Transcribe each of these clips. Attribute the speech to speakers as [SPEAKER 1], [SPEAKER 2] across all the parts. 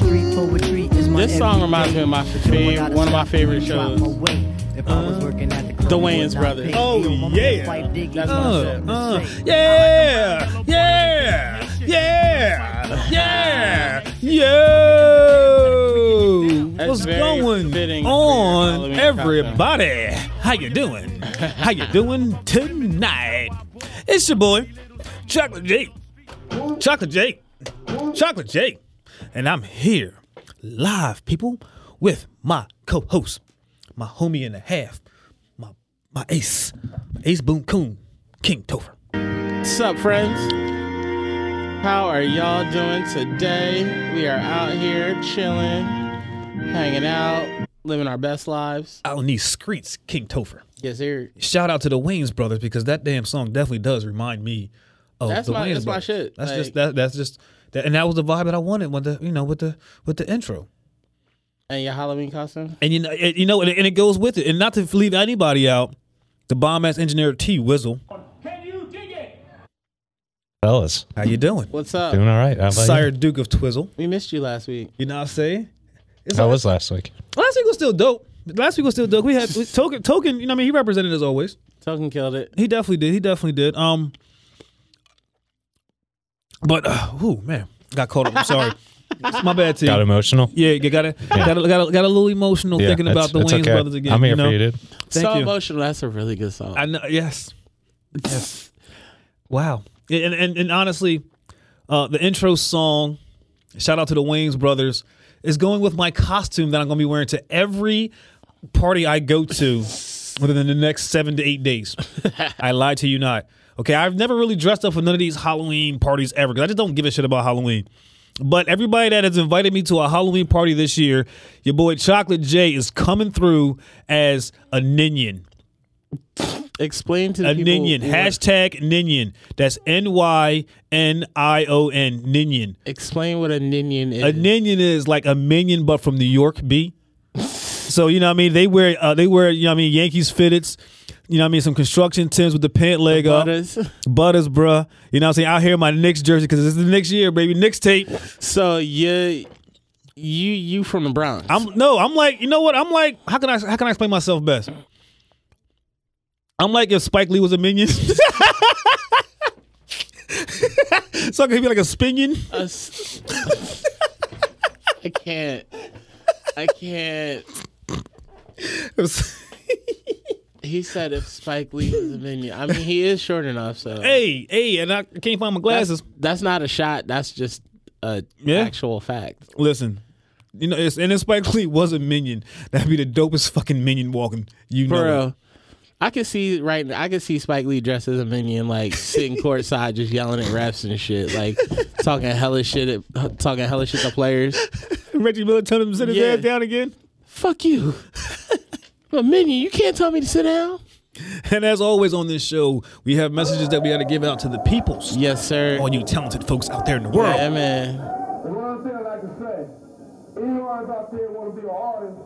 [SPEAKER 1] This song reminds me of my favorite, one of my favorite shows. The Wayans Brothers.
[SPEAKER 2] Oh, yeah.
[SPEAKER 1] That's
[SPEAKER 2] Uh,
[SPEAKER 1] what I
[SPEAKER 2] uh,
[SPEAKER 1] said.
[SPEAKER 2] yeah, yeah, yeah, yeah, yo.
[SPEAKER 1] That's
[SPEAKER 2] What's
[SPEAKER 1] very
[SPEAKER 2] going
[SPEAKER 1] fitting for your
[SPEAKER 2] on,
[SPEAKER 1] Halloween
[SPEAKER 2] everybody? How you doing? How you doing tonight? It's your boy, Chocolate Jake. Chocolate Jake. Chocolate Jake. And I'm here, live, people, with my co-host, my homie and a half, my my ace, Ace Boom Coon, King Topher.
[SPEAKER 1] What's up, friends? How are y'all doing today? We are out here chilling, hanging out, living our best lives.
[SPEAKER 2] out in these streets, King Topher.
[SPEAKER 1] Yes, sir.
[SPEAKER 2] Shout out to the Wayne's brothers because that damn song definitely does remind me of
[SPEAKER 1] That's
[SPEAKER 2] the
[SPEAKER 1] my-
[SPEAKER 2] Wayne's
[SPEAKER 1] that's my
[SPEAKER 2] brothers.
[SPEAKER 1] shit.
[SPEAKER 2] That's just
[SPEAKER 1] Like-
[SPEAKER 2] that. That's just that, and that was the vibe that I wanted with the you know with the with the intro.
[SPEAKER 1] And your Halloween costume?
[SPEAKER 2] And you know, it, you know, and, and it goes with it. And not to leave anybody out, the bomb ass engineer T Wizzle.
[SPEAKER 3] Fellas,
[SPEAKER 2] How you doing,
[SPEAKER 1] What's up?
[SPEAKER 3] doing all right. How about you?
[SPEAKER 2] Sire Duke of Twizzle?
[SPEAKER 1] We missed you last week.
[SPEAKER 2] You know what I'm saying? It's
[SPEAKER 3] How
[SPEAKER 2] all-
[SPEAKER 3] was last week?
[SPEAKER 2] last week was still dope. Last week was still dope. We had we, token, token. You know, what I mean, he represented as always.
[SPEAKER 1] Token killed it.
[SPEAKER 2] He definitely did. He definitely did. Um, but uh, ooh man, got caught up. I'm sorry. It's my bad, team.
[SPEAKER 3] Got emotional.
[SPEAKER 2] Yeah, you got a, got a, got a, got a little emotional thinking
[SPEAKER 3] it's-
[SPEAKER 2] about the
[SPEAKER 3] it's
[SPEAKER 2] Wayne's
[SPEAKER 3] okay.
[SPEAKER 2] brothers again.
[SPEAKER 3] I'm here
[SPEAKER 2] you know?
[SPEAKER 3] for you, dude.
[SPEAKER 2] Thank
[SPEAKER 1] so
[SPEAKER 2] you.
[SPEAKER 1] emotional. That's a really good song.
[SPEAKER 2] I know. Yes. Yes. wow. And and and honestly, uh, the intro song, shout out to the Wayne's brothers, is going with my costume that I'm going to be wearing to every party I go to within the next seven to eight days. I lied to you not. Okay, I've never really dressed up for none of these Halloween parties ever because I just don't give a shit about Halloween. But everybody that has invited me to a Halloween party this year, your boy Chocolate J is coming through as a Ninian
[SPEAKER 1] Explain to the
[SPEAKER 2] a
[SPEAKER 1] people.
[SPEAKER 2] Ninian.
[SPEAKER 1] what-
[SPEAKER 2] Hashtag Ninian. That's N Y N I O N. Ninian.
[SPEAKER 1] explain what a Ninian is.
[SPEAKER 2] A Ninian is like a minion, but from New York B. So you know what I mean? They wear uh, they wear, you know what I mean, Yankees fitteds, you know what I mean, some construction Tims with the pant leg up.
[SPEAKER 1] Butters.
[SPEAKER 2] Butters, bruh. You know what I'm saying? Out here in my Knicks jersey, because this is the next year, baby. Knicks tape.
[SPEAKER 1] So you, you, you from the Bronx.
[SPEAKER 2] I'm no, I'm like, you know what? I'm like, how can I how can I explain myself best? I'm like if Spike Lee was a minion. so I could be like a spinion.
[SPEAKER 1] A s- I can't. I can't. He said if Spike Lee was a minion. I mean, he is short enough, so
[SPEAKER 2] hey, hey, and I can't find my
[SPEAKER 1] that's,
[SPEAKER 2] glasses.
[SPEAKER 1] that's not a shot. That's just a
[SPEAKER 2] Yeah.
[SPEAKER 1] actual fact.
[SPEAKER 2] Listen. You know, it's, and if Spike Lee was a minion, that'd be the dopest fucking minion walking. You
[SPEAKER 1] For
[SPEAKER 2] know, it.
[SPEAKER 1] real. I can see right. now- I can see Spike Lee dressed as a minion, like sitting courtside, just yelling at refs and shit, like talking hella shit, at, uh, talking hella shit to players.
[SPEAKER 2] Reggie Miller telling him to sit his
[SPEAKER 1] Yeah.
[SPEAKER 2] ass down again.
[SPEAKER 1] Fuck you, a minion. You can't tell me to sit down.
[SPEAKER 2] And as always on this show, we have messages that we got to give out to the peoples.
[SPEAKER 1] Yes, sir.
[SPEAKER 2] All you talented folks out there in the world.
[SPEAKER 1] Oh, yeah, man.
[SPEAKER 4] One thing I like to say, anyone's out there want to be an artist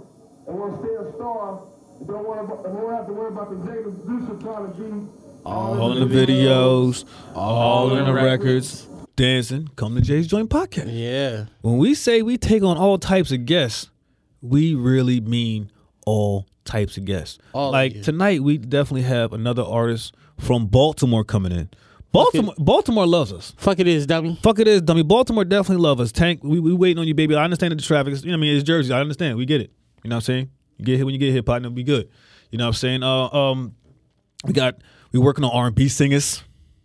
[SPEAKER 4] and want to stay a star, and don't want to, and won't have to worry about the James Producer trying to be
[SPEAKER 2] All in the videos, all in the records, dancing. Come to Jay's Joint Podcast.
[SPEAKER 1] Yeah.
[SPEAKER 2] When we say we take on all types of guests, we really mean all types of guests.
[SPEAKER 1] All of
[SPEAKER 2] like
[SPEAKER 1] you.
[SPEAKER 2] tonight, we definitely have another artist from Baltimore coming in. Baltimore, Baltimore loves us.
[SPEAKER 1] Fuck it is, dummy.
[SPEAKER 2] Fuck it is, dummy. Baltimore definitely loves us. Tank, we we waiting on you, baby. I understand that the traffic. Is, you know, what I mean, it's Jersey. I understand. We get it. You know what I'm saying? You get here when you get here, partner. Be good. You know what I'm saying? Uh, um, we got we working on R&B singers.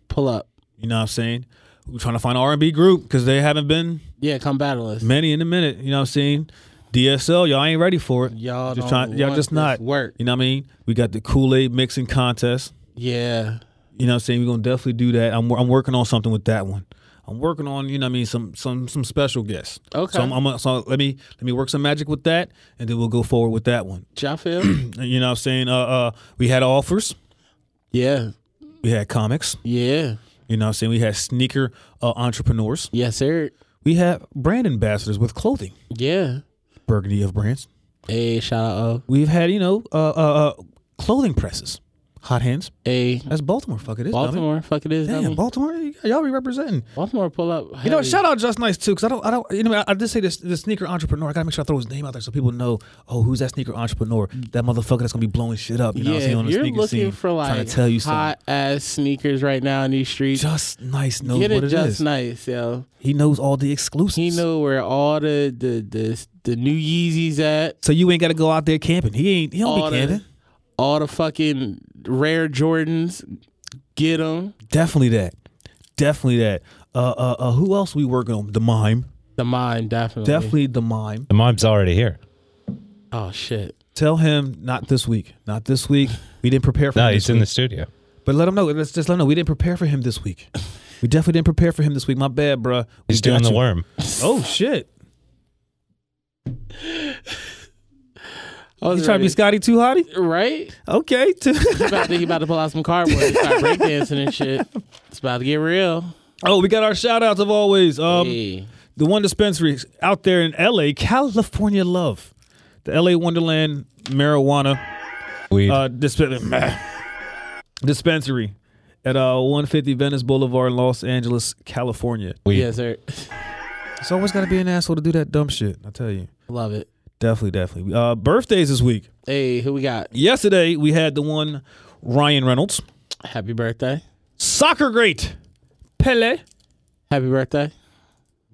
[SPEAKER 1] Pull up.
[SPEAKER 2] You know what I'm saying? We're trying to find an R&B group because they haven't been
[SPEAKER 1] Yeah, come battle us.
[SPEAKER 2] many in a minute. You know what I'm saying? DSL, y'all ain't ready for it.
[SPEAKER 1] Y'all
[SPEAKER 2] just
[SPEAKER 1] don't
[SPEAKER 2] trying, y'all
[SPEAKER 1] want
[SPEAKER 2] just not
[SPEAKER 1] this work.
[SPEAKER 2] You know what I mean? We got the Kool Aid mixing contest.
[SPEAKER 1] Yeah.
[SPEAKER 2] You You know what I'm saying? We're gonna definitely do that. I'm I'm working on something with that one. I'm working on, you know what I mean, some some some special guests.
[SPEAKER 1] Okay.
[SPEAKER 2] So I'm, I'm so let me let me work some magic with that and then we'll go forward with that one.
[SPEAKER 1] Y'all feel?
[SPEAKER 2] You know what I'm saying? Uh uh we had offers,
[SPEAKER 1] yeah.
[SPEAKER 2] we had comics,
[SPEAKER 1] Yeah.
[SPEAKER 2] you know what I'm saying? We had sneaker uh, entrepreneurs.
[SPEAKER 1] Yes, sir.
[SPEAKER 2] We had brand ambassadors with clothing,
[SPEAKER 1] Yeah.
[SPEAKER 2] Burgundy of Brands.
[SPEAKER 1] Hey, shout out. Oh.
[SPEAKER 2] We've had, you know, uh uh uh, clothing presses. Hot hands.
[SPEAKER 1] Hey,
[SPEAKER 2] That's Baltimore. Fuck it is. dummy.
[SPEAKER 1] Baltimore. Fuck it is.
[SPEAKER 2] Damn,
[SPEAKER 1] dummy.
[SPEAKER 2] Baltimore, y- y'all be representing.
[SPEAKER 1] Baltimore pull up.
[SPEAKER 2] You know, shout out Just Nice too, because I don't, I don't, you know, I, I did say this, the sneaker entrepreneur. I gotta make sure I throw his name out there so people know, oh, who's that sneaker entrepreneur? That motherfucker that's gonna be blowing shit up. You know, what I'm
[SPEAKER 1] yeah,
[SPEAKER 2] saying, on
[SPEAKER 1] if
[SPEAKER 2] the
[SPEAKER 1] you're
[SPEAKER 2] sneaker
[SPEAKER 1] looking
[SPEAKER 2] scene,
[SPEAKER 1] for like
[SPEAKER 2] trying to tell you something.
[SPEAKER 1] hot ass sneakers right now in these streets.
[SPEAKER 2] Just Nice knows
[SPEAKER 1] Get it
[SPEAKER 2] what it
[SPEAKER 1] just
[SPEAKER 2] is.
[SPEAKER 1] nice, yo.
[SPEAKER 2] He knows all the exclusives.
[SPEAKER 1] He know where all the the the, the new Yeezys at.
[SPEAKER 2] So you ain't gotta go out there camping. He ain't. He don't
[SPEAKER 1] All
[SPEAKER 2] be
[SPEAKER 1] the-
[SPEAKER 2] camping.
[SPEAKER 1] All the fucking rare Jordans. Get them.
[SPEAKER 2] Definitely that. Definitely that. Uh, uh, uh, who else we working on? The mime.
[SPEAKER 1] The mine definitely.
[SPEAKER 2] Definitely the mime.
[SPEAKER 3] The mom's already here.
[SPEAKER 1] Oh shit.
[SPEAKER 2] Tell him not this week. Not this week. We didn't prepare for.
[SPEAKER 3] No,
[SPEAKER 2] him
[SPEAKER 3] he's
[SPEAKER 2] this
[SPEAKER 3] in
[SPEAKER 2] week.
[SPEAKER 3] the studio.
[SPEAKER 2] But let him know. Let's just let him know. We didn't prepare for him this week. We definitely didn't prepare for him this week. My bad, bruh. We
[SPEAKER 3] He's doing
[SPEAKER 2] got
[SPEAKER 3] the
[SPEAKER 2] you.
[SPEAKER 3] worm.
[SPEAKER 2] Oh shit!
[SPEAKER 1] I was
[SPEAKER 2] He's trying to be
[SPEAKER 1] ready.
[SPEAKER 2] Scotty too hotty.
[SPEAKER 1] right.
[SPEAKER 2] Okay. too-
[SPEAKER 1] He about, to, he about to pull out some cardboard and start breakdancing and shit. It's about to get real.
[SPEAKER 2] oh, we got our shout outs of always. Um,
[SPEAKER 1] hey,
[SPEAKER 2] the one dispensary out there in L.A., California Love, the L.A. Wonderland marijuana
[SPEAKER 3] Weed.
[SPEAKER 2] uh, disp- dispensary at uh 150 Venice Boulevard, Los Angeles, California.
[SPEAKER 3] weed.
[SPEAKER 1] yes, sir.
[SPEAKER 2] It's always got to be an asshole to do that dumb shit. I tell you.
[SPEAKER 1] Love it.
[SPEAKER 2] Definitely, definitely. Uh, birthdays this week.
[SPEAKER 1] Hey, who we got?
[SPEAKER 2] Yesterday we had the one Ryan Reynolds,
[SPEAKER 1] Happy birthday.
[SPEAKER 2] soccer great Pele,
[SPEAKER 1] Happy birthday.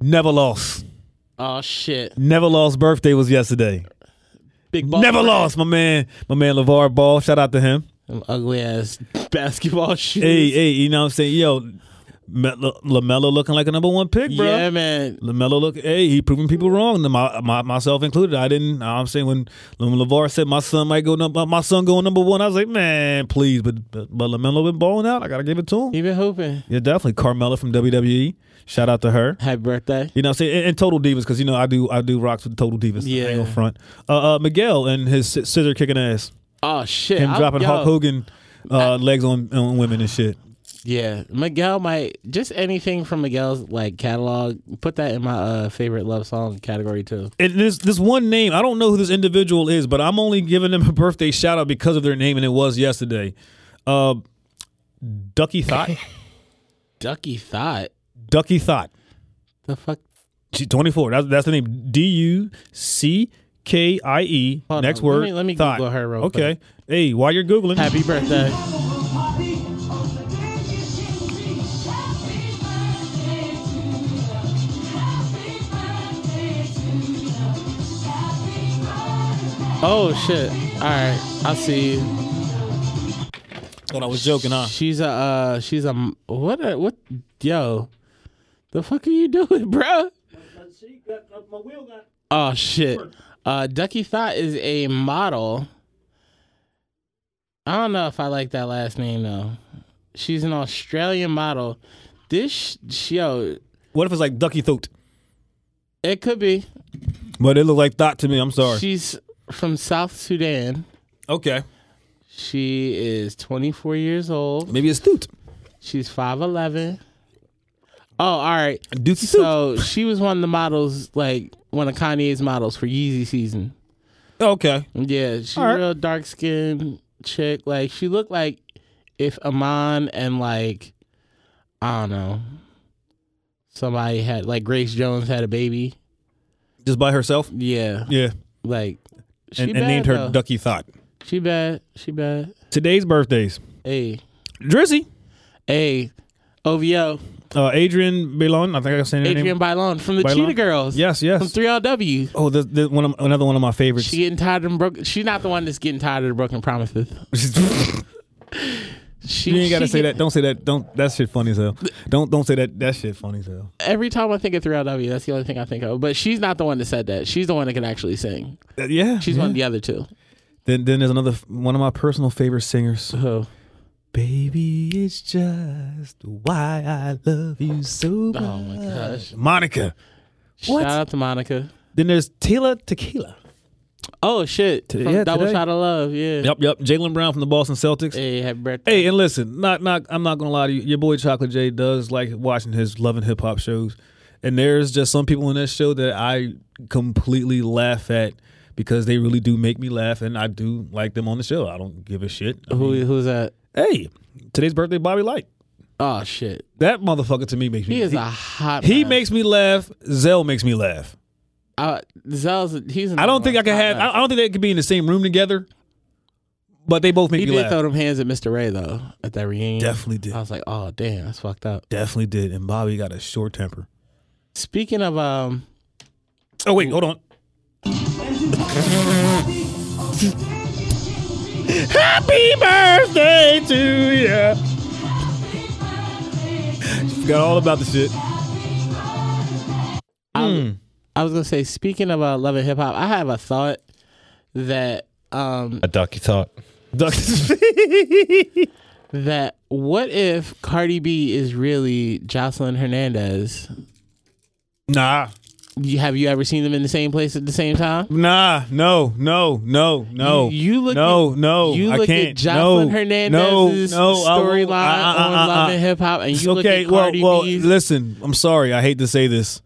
[SPEAKER 2] never lost.
[SPEAKER 1] Oh shit.
[SPEAKER 2] Never lost birthday was yesterday.
[SPEAKER 1] Big ball.
[SPEAKER 2] never lost, my man, my man Levar Ball. Shout out to him.
[SPEAKER 1] Them ugly ass basketball shoes.
[SPEAKER 2] Hey, hey, you know what I'm saying? Yo, Me- L- Lamelo looking like a number one pick, bro.
[SPEAKER 1] yeah, man.
[SPEAKER 2] Lamelo look, hey, he proving people
[SPEAKER 1] Mm-hmm.
[SPEAKER 2] wrong. My, my, myself included. I didn't. I'm saying when, when Levar said my son might go number, my son going number one, I was like, man, please. But but, but Lamelo been balling out. I gotta give it to him.
[SPEAKER 1] He been hooping.
[SPEAKER 2] Yeah, definitely. Carmella from WWE. Shout out to her.
[SPEAKER 1] Happy birthday.
[SPEAKER 2] You know, what I'm saying and, and Total Divas because you know I do I do rocks with Total Divas.
[SPEAKER 1] Yeah.
[SPEAKER 2] I ain't gonna front. Uh, uh, Miguel and his sc- scissor kicking ass.
[SPEAKER 1] Oh shit.
[SPEAKER 2] Him
[SPEAKER 1] I'm-
[SPEAKER 2] dropping
[SPEAKER 1] yo,
[SPEAKER 2] Hulk Hogan uh, legs on, on women and shit.
[SPEAKER 1] Yeah, Miguel might just anything from Miguel's like catalog. Put that in my uh, favorite love song category too.
[SPEAKER 2] And this this one name I don't know who this individual is, but I'm only giving them a birthday shout out because of their name and it was yesterday. Uh, Ducky Thought.
[SPEAKER 1] Ducky thought
[SPEAKER 2] Ducky Thought.
[SPEAKER 1] the fuck.
[SPEAKER 2] G- 24. That's that's the name. D U C K I E.
[SPEAKER 1] Hold
[SPEAKER 2] Next
[SPEAKER 1] on. Let
[SPEAKER 2] word.
[SPEAKER 1] me- let me
[SPEAKER 2] thought.
[SPEAKER 1] Google her real
[SPEAKER 2] Okay. Hey, while you're googling,
[SPEAKER 1] Happy birthday. Oh shit! All right, I see you.
[SPEAKER 2] thought I was joking, huh?
[SPEAKER 1] She's a uh, she's a m- what a, what yo, the fuck are you doing, bro? Oh shit! Uh, Ducky Thought is a model. I don't know if I like that last name though. She's an Australian model. This sh- sh- yo,
[SPEAKER 2] What if it's like Ducky Throat?
[SPEAKER 1] it could be.
[SPEAKER 2] But it looked like thought to me. I'm sorry.
[SPEAKER 1] She's from South Sudan.
[SPEAKER 2] okay.
[SPEAKER 1] She is 24 years old.
[SPEAKER 2] Maybe it's Thoot.
[SPEAKER 1] She's 5'11. Oh, all right.
[SPEAKER 2] Dookie
[SPEAKER 1] So she was one of the models, like one of Kanye's models for Yeezy season.
[SPEAKER 2] Oh, Okay.
[SPEAKER 1] Yeah, she's
[SPEAKER 2] All right.
[SPEAKER 1] a real dark skinned chick. Like she looked like if Amon and like I don't know somebody had like Grace Jones had a baby.
[SPEAKER 2] Just by herself?
[SPEAKER 1] Yeah,
[SPEAKER 2] Yeah.
[SPEAKER 1] like she
[SPEAKER 2] And,
[SPEAKER 1] bad,
[SPEAKER 2] and named her
[SPEAKER 1] though.
[SPEAKER 2] Ducky Thought.
[SPEAKER 1] She bad. She bad.
[SPEAKER 2] Today's birthdays.
[SPEAKER 1] Hey,
[SPEAKER 2] Drizzy.
[SPEAKER 1] hey, OVO,
[SPEAKER 2] Uh, Adrian Belon. I think I said her
[SPEAKER 1] Adrian
[SPEAKER 2] name.
[SPEAKER 1] Bylon from the
[SPEAKER 2] Bylon?
[SPEAKER 1] Cheetah Girls.
[SPEAKER 2] Yes,
[SPEAKER 1] from
[SPEAKER 2] yes.
[SPEAKER 1] Three LW.
[SPEAKER 2] Oh, this, this one of, another one of my favorites.
[SPEAKER 1] She getting tired of them broken. She's not the one that's getting tired of the broken promises. She
[SPEAKER 2] you ain't gotta
[SPEAKER 1] she
[SPEAKER 2] say
[SPEAKER 1] get-
[SPEAKER 2] that. Don't say that. Don't. That shit funny as hell. Don't don't say that. That shit funny as hell.
[SPEAKER 1] Every time I think of 3LW, that's the only thing I think of. But she's not the one that said that. She's the one that can actually sing.
[SPEAKER 2] Uh, yeah.
[SPEAKER 1] She's
[SPEAKER 2] yeah.
[SPEAKER 1] one of the other two.
[SPEAKER 2] Then then there's another f- one of my personal favorite singers,
[SPEAKER 1] Who?
[SPEAKER 2] Baby, it's just why I love you so much.
[SPEAKER 1] Oh my gosh.
[SPEAKER 2] Monica. What?
[SPEAKER 1] Shout out to Monica.
[SPEAKER 2] Then there's Tila Tequila.
[SPEAKER 1] Oh shit. From
[SPEAKER 2] yeah,
[SPEAKER 1] Double
[SPEAKER 2] today.
[SPEAKER 1] shot of love. Yeah.
[SPEAKER 2] Yep, yep. Jalen Brown from the Boston Celtics. Hey.
[SPEAKER 1] Hey, happy birthday.
[SPEAKER 2] and listen, not not I'm not gonna lie to you. Your boy Chocolate J does like watching his loving hip hop shows, and there's just some people in this show that I completely laugh at because they really do make me laugh, and I do like them on the show. I don't give a shit. I
[SPEAKER 1] Who
[SPEAKER 2] mean,
[SPEAKER 1] who's that?
[SPEAKER 2] hey, today's birthday, Bobby Light.
[SPEAKER 1] Oh shit.
[SPEAKER 2] That motherfucker to me makes me.
[SPEAKER 1] He is
[SPEAKER 2] he,
[SPEAKER 1] a hot.
[SPEAKER 2] he
[SPEAKER 1] mess.
[SPEAKER 2] makes me laugh. Zell makes me laugh.
[SPEAKER 1] Uh, Zell's. He's.
[SPEAKER 2] I don't think I can have. I I don't think they could be in the same room together. But they both make
[SPEAKER 1] He
[SPEAKER 2] me
[SPEAKER 1] did
[SPEAKER 2] laugh.
[SPEAKER 1] throw them hands at Mr. Ray though at that reunion.
[SPEAKER 2] Definitely did.
[SPEAKER 1] I was like, oh damn, that's fucked up.
[SPEAKER 2] Definitely did. And Bobby got a short temper.
[SPEAKER 1] Speaking of um,
[SPEAKER 2] Oh wait, hold on. Happy birthday to you. Forgot all about the shit.
[SPEAKER 1] I was gonna say, speaking of uh, love and hip hop, I have a thought that um
[SPEAKER 3] A ducky thought.
[SPEAKER 2] Duck-
[SPEAKER 1] that what if Cardi B is really Jocelyn Hernandez?
[SPEAKER 2] nah,
[SPEAKER 1] You, have you ever seen them in the same place at the same time?
[SPEAKER 2] nah, no, no, no, no.
[SPEAKER 1] You- you look
[SPEAKER 2] no,
[SPEAKER 1] at-
[SPEAKER 2] no.
[SPEAKER 1] you
[SPEAKER 2] I
[SPEAKER 1] look
[SPEAKER 2] can't.
[SPEAKER 1] at Jocelyn
[SPEAKER 2] no,
[SPEAKER 1] Hernandez's
[SPEAKER 2] no, no, I won't.
[SPEAKER 1] storyline
[SPEAKER 2] Uh, uh,
[SPEAKER 1] on
[SPEAKER 2] uh, uh,
[SPEAKER 1] Love
[SPEAKER 2] uh.
[SPEAKER 1] and Hip Hop, and you
[SPEAKER 2] okay,
[SPEAKER 1] look at Cardi
[SPEAKER 2] well, well,
[SPEAKER 1] B's.
[SPEAKER 2] listen. I'm sorry. I hate to say this.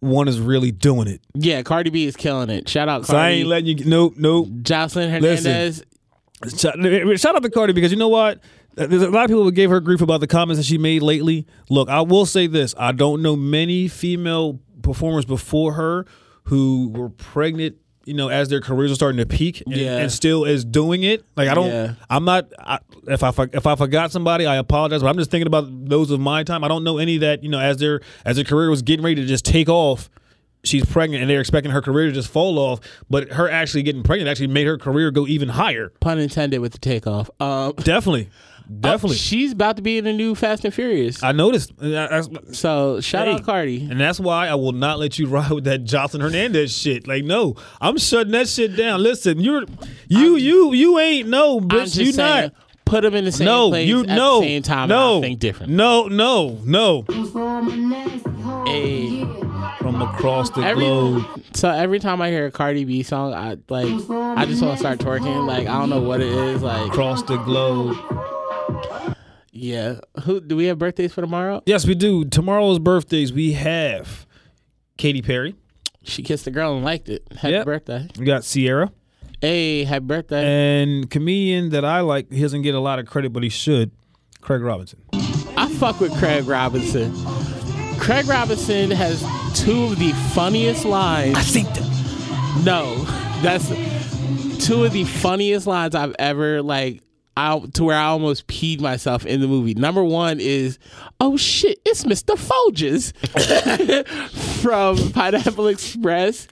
[SPEAKER 2] One is really doing it.
[SPEAKER 1] yeah, Cardi B is killing it. Shout out
[SPEAKER 2] So I
[SPEAKER 1] Cardi,
[SPEAKER 2] ain't letting you. Nope, nope.
[SPEAKER 1] Jocelyn
[SPEAKER 2] Listen.
[SPEAKER 1] Hernandez.
[SPEAKER 2] Shout, shout out to Cardi because you know what? Uh, There's a lot of people that gave her grief about the comments that she made lately. Look, I will say this: I don't know many female performers before her who were pregnant. You know, as their careers are starting to peak, and,
[SPEAKER 1] Yeah.
[SPEAKER 2] and still is doing it. Like I don't,
[SPEAKER 1] Yeah.
[SPEAKER 2] I'm not. I, if I for- if I forgot somebody, I apologize. But I'm just thinking about those of my time. I don't know any that you know as their as their career was getting ready to just take off. She's pregnant, and they're expecting her career to just fall off. But her actually getting pregnant actually made her career go even higher.
[SPEAKER 1] pun intended with the takeoff. Um,
[SPEAKER 2] Definitely, definitely.
[SPEAKER 1] she's about to be in the new Fast and Furious.
[SPEAKER 2] I noticed, and I- I-
[SPEAKER 1] So shout
[SPEAKER 2] Hey.
[SPEAKER 1] out Cardi.
[SPEAKER 2] and that's why I will not let you ride with that Jocelyn Hernandez shit. Like, no, I'm shutting that shit down. Listen, you're you you you ain't no
[SPEAKER 1] I'm
[SPEAKER 2] bitch.
[SPEAKER 1] just
[SPEAKER 2] You
[SPEAKER 1] saying,
[SPEAKER 2] not.
[SPEAKER 1] put them in the same
[SPEAKER 2] No,
[SPEAKER 1] place
[SPEAKER 2] you
[SPEAKER 1] at
[SPEAKER 2] no.
[SPEAKER 1] the same time.
[SPEAKER 2] no,
[SPEAKER 1] and I think different.
[SPEAKER 2] No, no, no.
[SPEAKER 1] Hey.
[SPEAKER 2] From across the
[SPEAKER 1] Every,
[SPEAKER 2] globe.
[SPEAKER 1] so every time I hear a Cardi B song, I like I just want to start twerking. Like I don't know what it is. Like
[SPEAKER 2] Across the globe.
[SPEAKER 1] yeah, who do we have birthdays for tomorrow?
[SPEAKER 2] Yes, we do. Tomorrow's birthdays. We have Katy Perry.
[SPEAKER 1] She kissed a girl and liked it. Happy
[SPEAKER 2] Yep.
[SPEAKER 1] birthday!
[SPEAKER 2] We got Sierra.
[SPEAKER 1] Hey, happy birthday!
[SPEAKER 2] And comedian that I like, he doesn't get a lot of credit, but he should. Craig Robinson.
[SPEAKER 1] I fuck with Craig Robinson. Craig Robinson has two of the funniest lines
[SPEAKER 2] think that.
[SPEAKER 1] No, that's two of the funniest lines I've ever like. I, to where I almost peed myself in the movie. Number one is, oh shit, it's Mr. Folgers from Pineapple Express.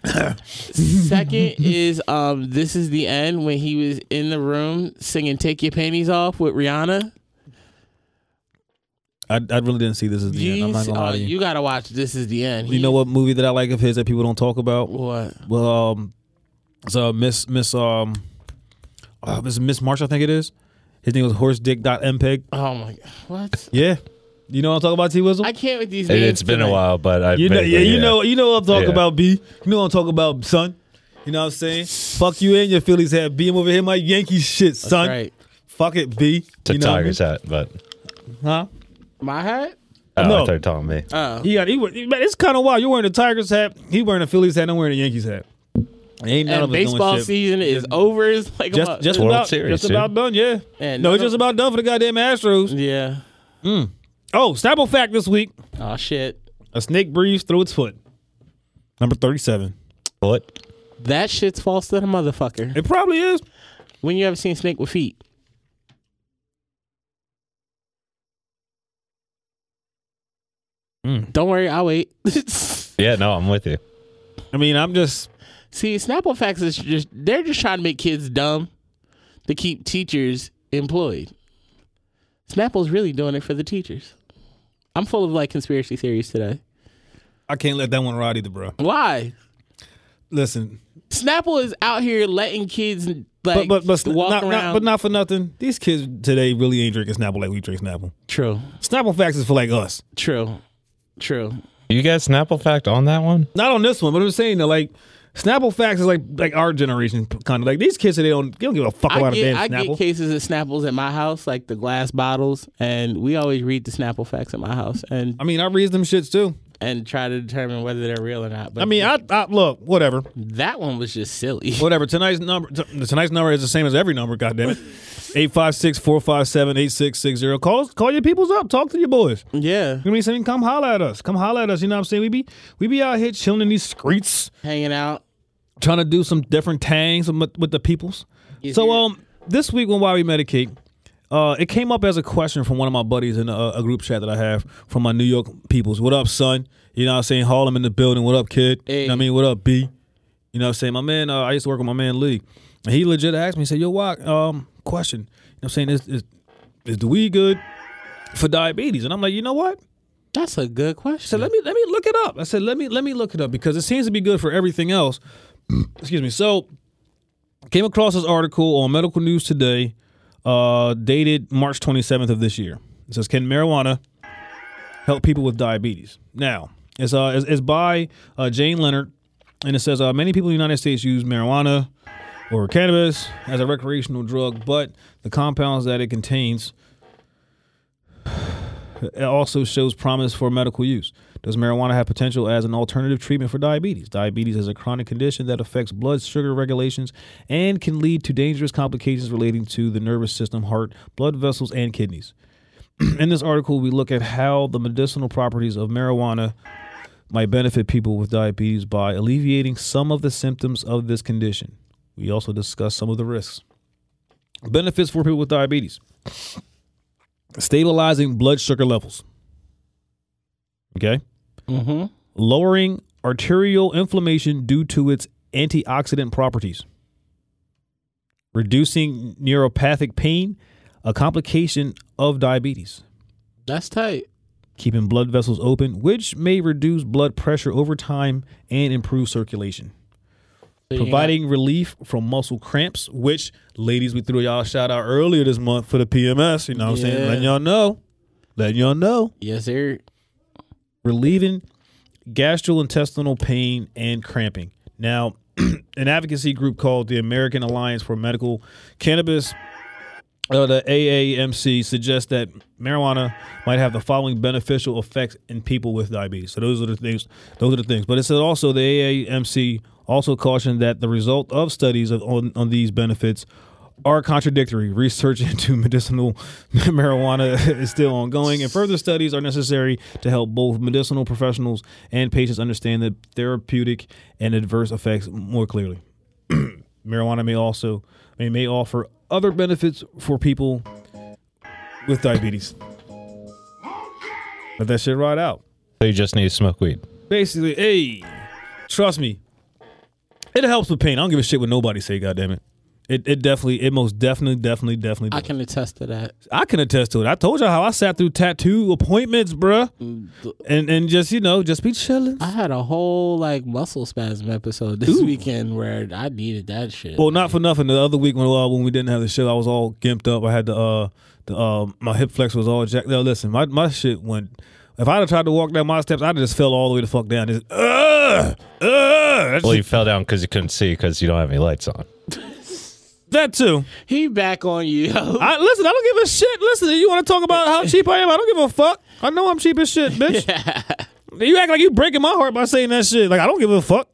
[SPEAKER 1] Second is, um, this is the end when he was in the room singing "Take Your Panties Off" with Rihanna.
[SPEAKER 2] I, I really didn't see this as the end. I'm not gonna lie
[SPEAKER 1] oh,
[SPEAKER 2] to you.
[SPEAKER 1] you gotta watch "This Is the End."
[SPEAKER 2] you know what movie that I like of his that people don't talk about?
[SPEAKER 1] what?
[SPEAKER 2] Well, um, so Miss Miss um, uh, Miss Miss March, I think it is. His name was Horse Dick Dot MPEG.
[SPEAKER 1] Oh my god, what?
[SPEAKER 2] Yeah, you know what I'm talking about, T Wizzle.
[SPEAKER 1] I can't with these names.
[SPEAKER 3] It's been a
[SPEAKER 1] tonight.
[SPEAKER 3] while, but I
[SPEAKER 2] You know, yeah,
[SPEAKER 3] vaguely-
[SPEAKER 2] you know, you know what I'm talking
[SPEAKER 3] Yeah.
[SPEAKER 2] about, B. You know what I'm talking about, son. You know what I'm saying? Fuck you and your Phillies hat. B, I'm over here, my Yankees shit, son.
[SPEAKER 1] Right,
[SPEAKER 2] Fuck it, B.
[SPEAKER 3] It's a
[SPEAKER 2] you know what I mean?
[SPEAKER 3] tiger's hat, but
[SPEAKER 2] huh?
[SPEAKER 1] my hat.
[SPEAKER 3] oh,
[SPEAKER 2] No.
[SPEAKER 3] I thought you were talking to me.
[SPEAKER 1] Oh,
[SPEAKER 2] He got he, wa- man, it's kind of wild. You're wearing a Tigers hat. He wearing a Phillies hat. I'm wearing a Yankees hat. Ain't
[SPEAKER 1] and
[SPEAKER 2] none of us doing
[SPEAKER 1] baseball
[SPEAKER 2] shit.
[SPEAKER 1] season is over. It's like a
[SPEAKER 2] Just
[SPEAKER 1] month.
[SPEAKER 2] just
[SPEAKER 3] World
[SPEAKER 2] about
[SPEAKER 3] Series,
[SPEAKER 2] just
[SPEAKER 3] dude.
[SPEAKER 2] about done. Yeah.
[SPEAKER 1] Man,
[SPEAKER 2] no,
[SPEAKER 1] none
[SPEAKER 2] it's just
[SPEAKER 1] of-
[SPEAKER 2] about done for the goddamn Astros.
[SPEAKER 1] yeah.
[SPEAKER 2] Oh, Snapple fact this week:
[SPEAKER 1] Oh shit.
[SPEAKER 2] a snake breathes through its foot. Number thirty-seven.
[SPEAKER 3] What?
[SPEAKER 1] That shit's false to the motherfucker.
[SPEAKER 2] It probably is.
[SPEAKER 1] When you ever seen a snake with feet?
[SPEAKER 2] Mm.
[SPEAKER 1] Don't worry, I'll wait.
[SPEAKER 3] Yeah, no, I'm with you.
[SPEAKER 2] I mean, I'm just
[SPEAKER 1] See, Snapple Facts is just they're just trying to make kids dumb to keep teachers employed. Snapple's really doing it for the teachers. I'm full of like conspiracy theories today.
[SPEAKER 2] I can't let that one ride either, bro.
[SPEAKER 1] Why?
[SPEAKER 2] Listen,
[SPEAKER 1] Snapple is out here letting kids like
[SPEAKER 2] but but but
[SPEAKER 1] walk
[SPEAKER 2] not,
[SPEAKER 1] around.
[SPEAKER 2] not- but not for nothing. These kids today really ain't drinking Snapple like we drink Snapple.
[SPEAKER 1] true,
[SPEAKER 2] Snapple facts is for like us.
[SPEAKER 1] true, true.
[SPEAKER 3] You got Snapple fact on that one?
[SPEAKER 2] Not on this one, but I'm saying that like Snapple facts is like like our generation kind of like these kids today don't they don't give a fuck
[SPEAKER 1] I
[SPEAKER 2] about a
[SPEAKER 1] get, I
[SPEAKER 2] damn Snapple.
[SPEAKER 1] get cases of Snapples at my house, like the glass bottles, and we always read the Snapple facts at my house and
[SPEAKER 2] I mean, I read them shits too.
[SPEAKER 1] and try to determine whether they're real or not. But
[SPEAKER 2] I mean, I, I look whatever,
[SPEAKER 1] that one was just silly.
[SPEAKER 2] whatever. Tonight's number, t- tonight's number is the same as every number. God damn it, eight five six four five seven eight six six zero. Call us, call your peoples up, talk to your boys.
[SPEAKER 1] Yeah,
[SPEAKER 2] You know what I'm saying? Come holler at us. Come holler at us. You know what I'm saying? We be we be out here chilling in these streets,
[SPEAKER 1] hanging out.
[SPEAKER 2] trying to do some different tangs with, with the peoples. so
[SPEAKER 1] here.
[SPEAKER 2] um, this week when why we medicate, uh, it came up as a question from one of my buddies in a, a group chat that I have from my New York peoples. What up, son? You know what I'm saying? Harlem in the building. What up, kid? You know what I
[SPEAKER 1] Hey.
[SPEAKER 2] mean? What up, B? You know what I'm saying? My man, uh, I used to work with my man Lee. And he legit asked me, he said, Yo, Walk, um, question. You know what I'm saying? Is, is, is the weed good for diabetes? And I'm like, You know what?
[SPEAKER 1] That's a good
[SPEAKER 2] I
[SPEAKER 1] question.
[SPEAKER 2] said, let me let me look it up. I said, let me let me look it up because it seems to be good for everything else. Excuse me. So came across this article on medical news today, uh, dated March 27th of this year. It says, Can marijuana help people with diabetes? Now, it's uh it's, it's by uh, Jane Leonard, and it says uh, many people in the United States use marijuana or cannabis as a recreational drug, but the compounds that it contains it also shows promise for medical use. Does marijuana have potential as an alternative treatment for diabetes? Diabetes is a chronic condition that affects blood sugar regulations and can lead to dangerous complications relating to the nervous system, heart, blood vessels, and kidneys. In this article, we look at how the medicinal properties of marijuana might benefit people with diabetes by alleviating some of the symptoms of this condition. We also discuss some of the risks. Benefits for people with diabetes stabilizing blood sugar levels. Okay.
[SPEAKER 1] Mm-hmm.
[SPEAKER 2] Lowering arterial inflammation due to its antioxidant properties. Reducing neuropathic pain, a complication of diabetes.
[SPEAKER 1] That's tight.
[SPEAKER 2] Keeping blood vessels open, which may reduce blood pressure over time and improve circulation.
[SPEAKER 1] So you ain't
[SPEAKER 2] Providing relief from muscle cramps, which, ladies, we threw y'all a shout out earlier this month for the PMS. You know what I'm
[SPEAKER 1] Yeah.
[SPEAKER 2] saying? Letting y'all know. Letting y'all know.
[SPEAKER 1] got- yes, sir.
[SPEAKER 2] relieving gastrointestinal pain and cramping. Now, an advocacy group called the American Alliance for Medical Cannabis, uh, the AAMC, suggests that marijuana might have the following beneficial effects in people with diabetes. So those are the things. Those are the things. But it says also the AAMC also cautioned that the result of studies of, on on these benefits. Are contradictory. Research into medicinal marijuana is still ongoing, and further studies are necessary to help both medicinal professionals and patients understand the therapeutic and adverse effects more clearly. marijuana may also may, may offer other benefits for people with diabetes. Let that shit ride out.
[SPEAKER 3] So you just need to smoke weed.
[SPEAKER 2] Basically, hey, trust me, it helps with pain. I don't give a shit what nobody say. God damn it, it it definitely, it most definitely, definitely, definitely.
[SPEAKER 1] I
[SPEAKER 2] does.
[SPEAKER 1] can attest to that.
[SPEAKER 2] I can attest to it. I told you how I sat through tattoo appointments, bruh,
[SPEAKER 1] Mm,
[SPEAKER 2] and and just you know just be chilling.
[SPEAKER 1] I had a whole like muscle spasm episode this weekend where I needed that shit.
[SPEAKER 2] Well, not for nothing. The other week when uh, when we didn't have the show, I was all gimped up. I had the uh the uh my hip flex was all jacked. Now listen, my my shit went. If I'd have tried to walk down my steps, I'd have just fell all the way the fuck down. Just, uh, uh,
[SPEAKER 3] Well, you fell down because you couldn't see because you don't have any lights on.
[SPEAKER 2] that too.
[SPEAKER 1] he back on you. yo.
[SPEAKER 2] I listen. I don't give a shit. Listen, you want to talk about how cheap I am? I don't give a fuck. I know I'm cheap as shit, bitch. You act like you breaking my heart by saying that shit. Like I don't give a fuck.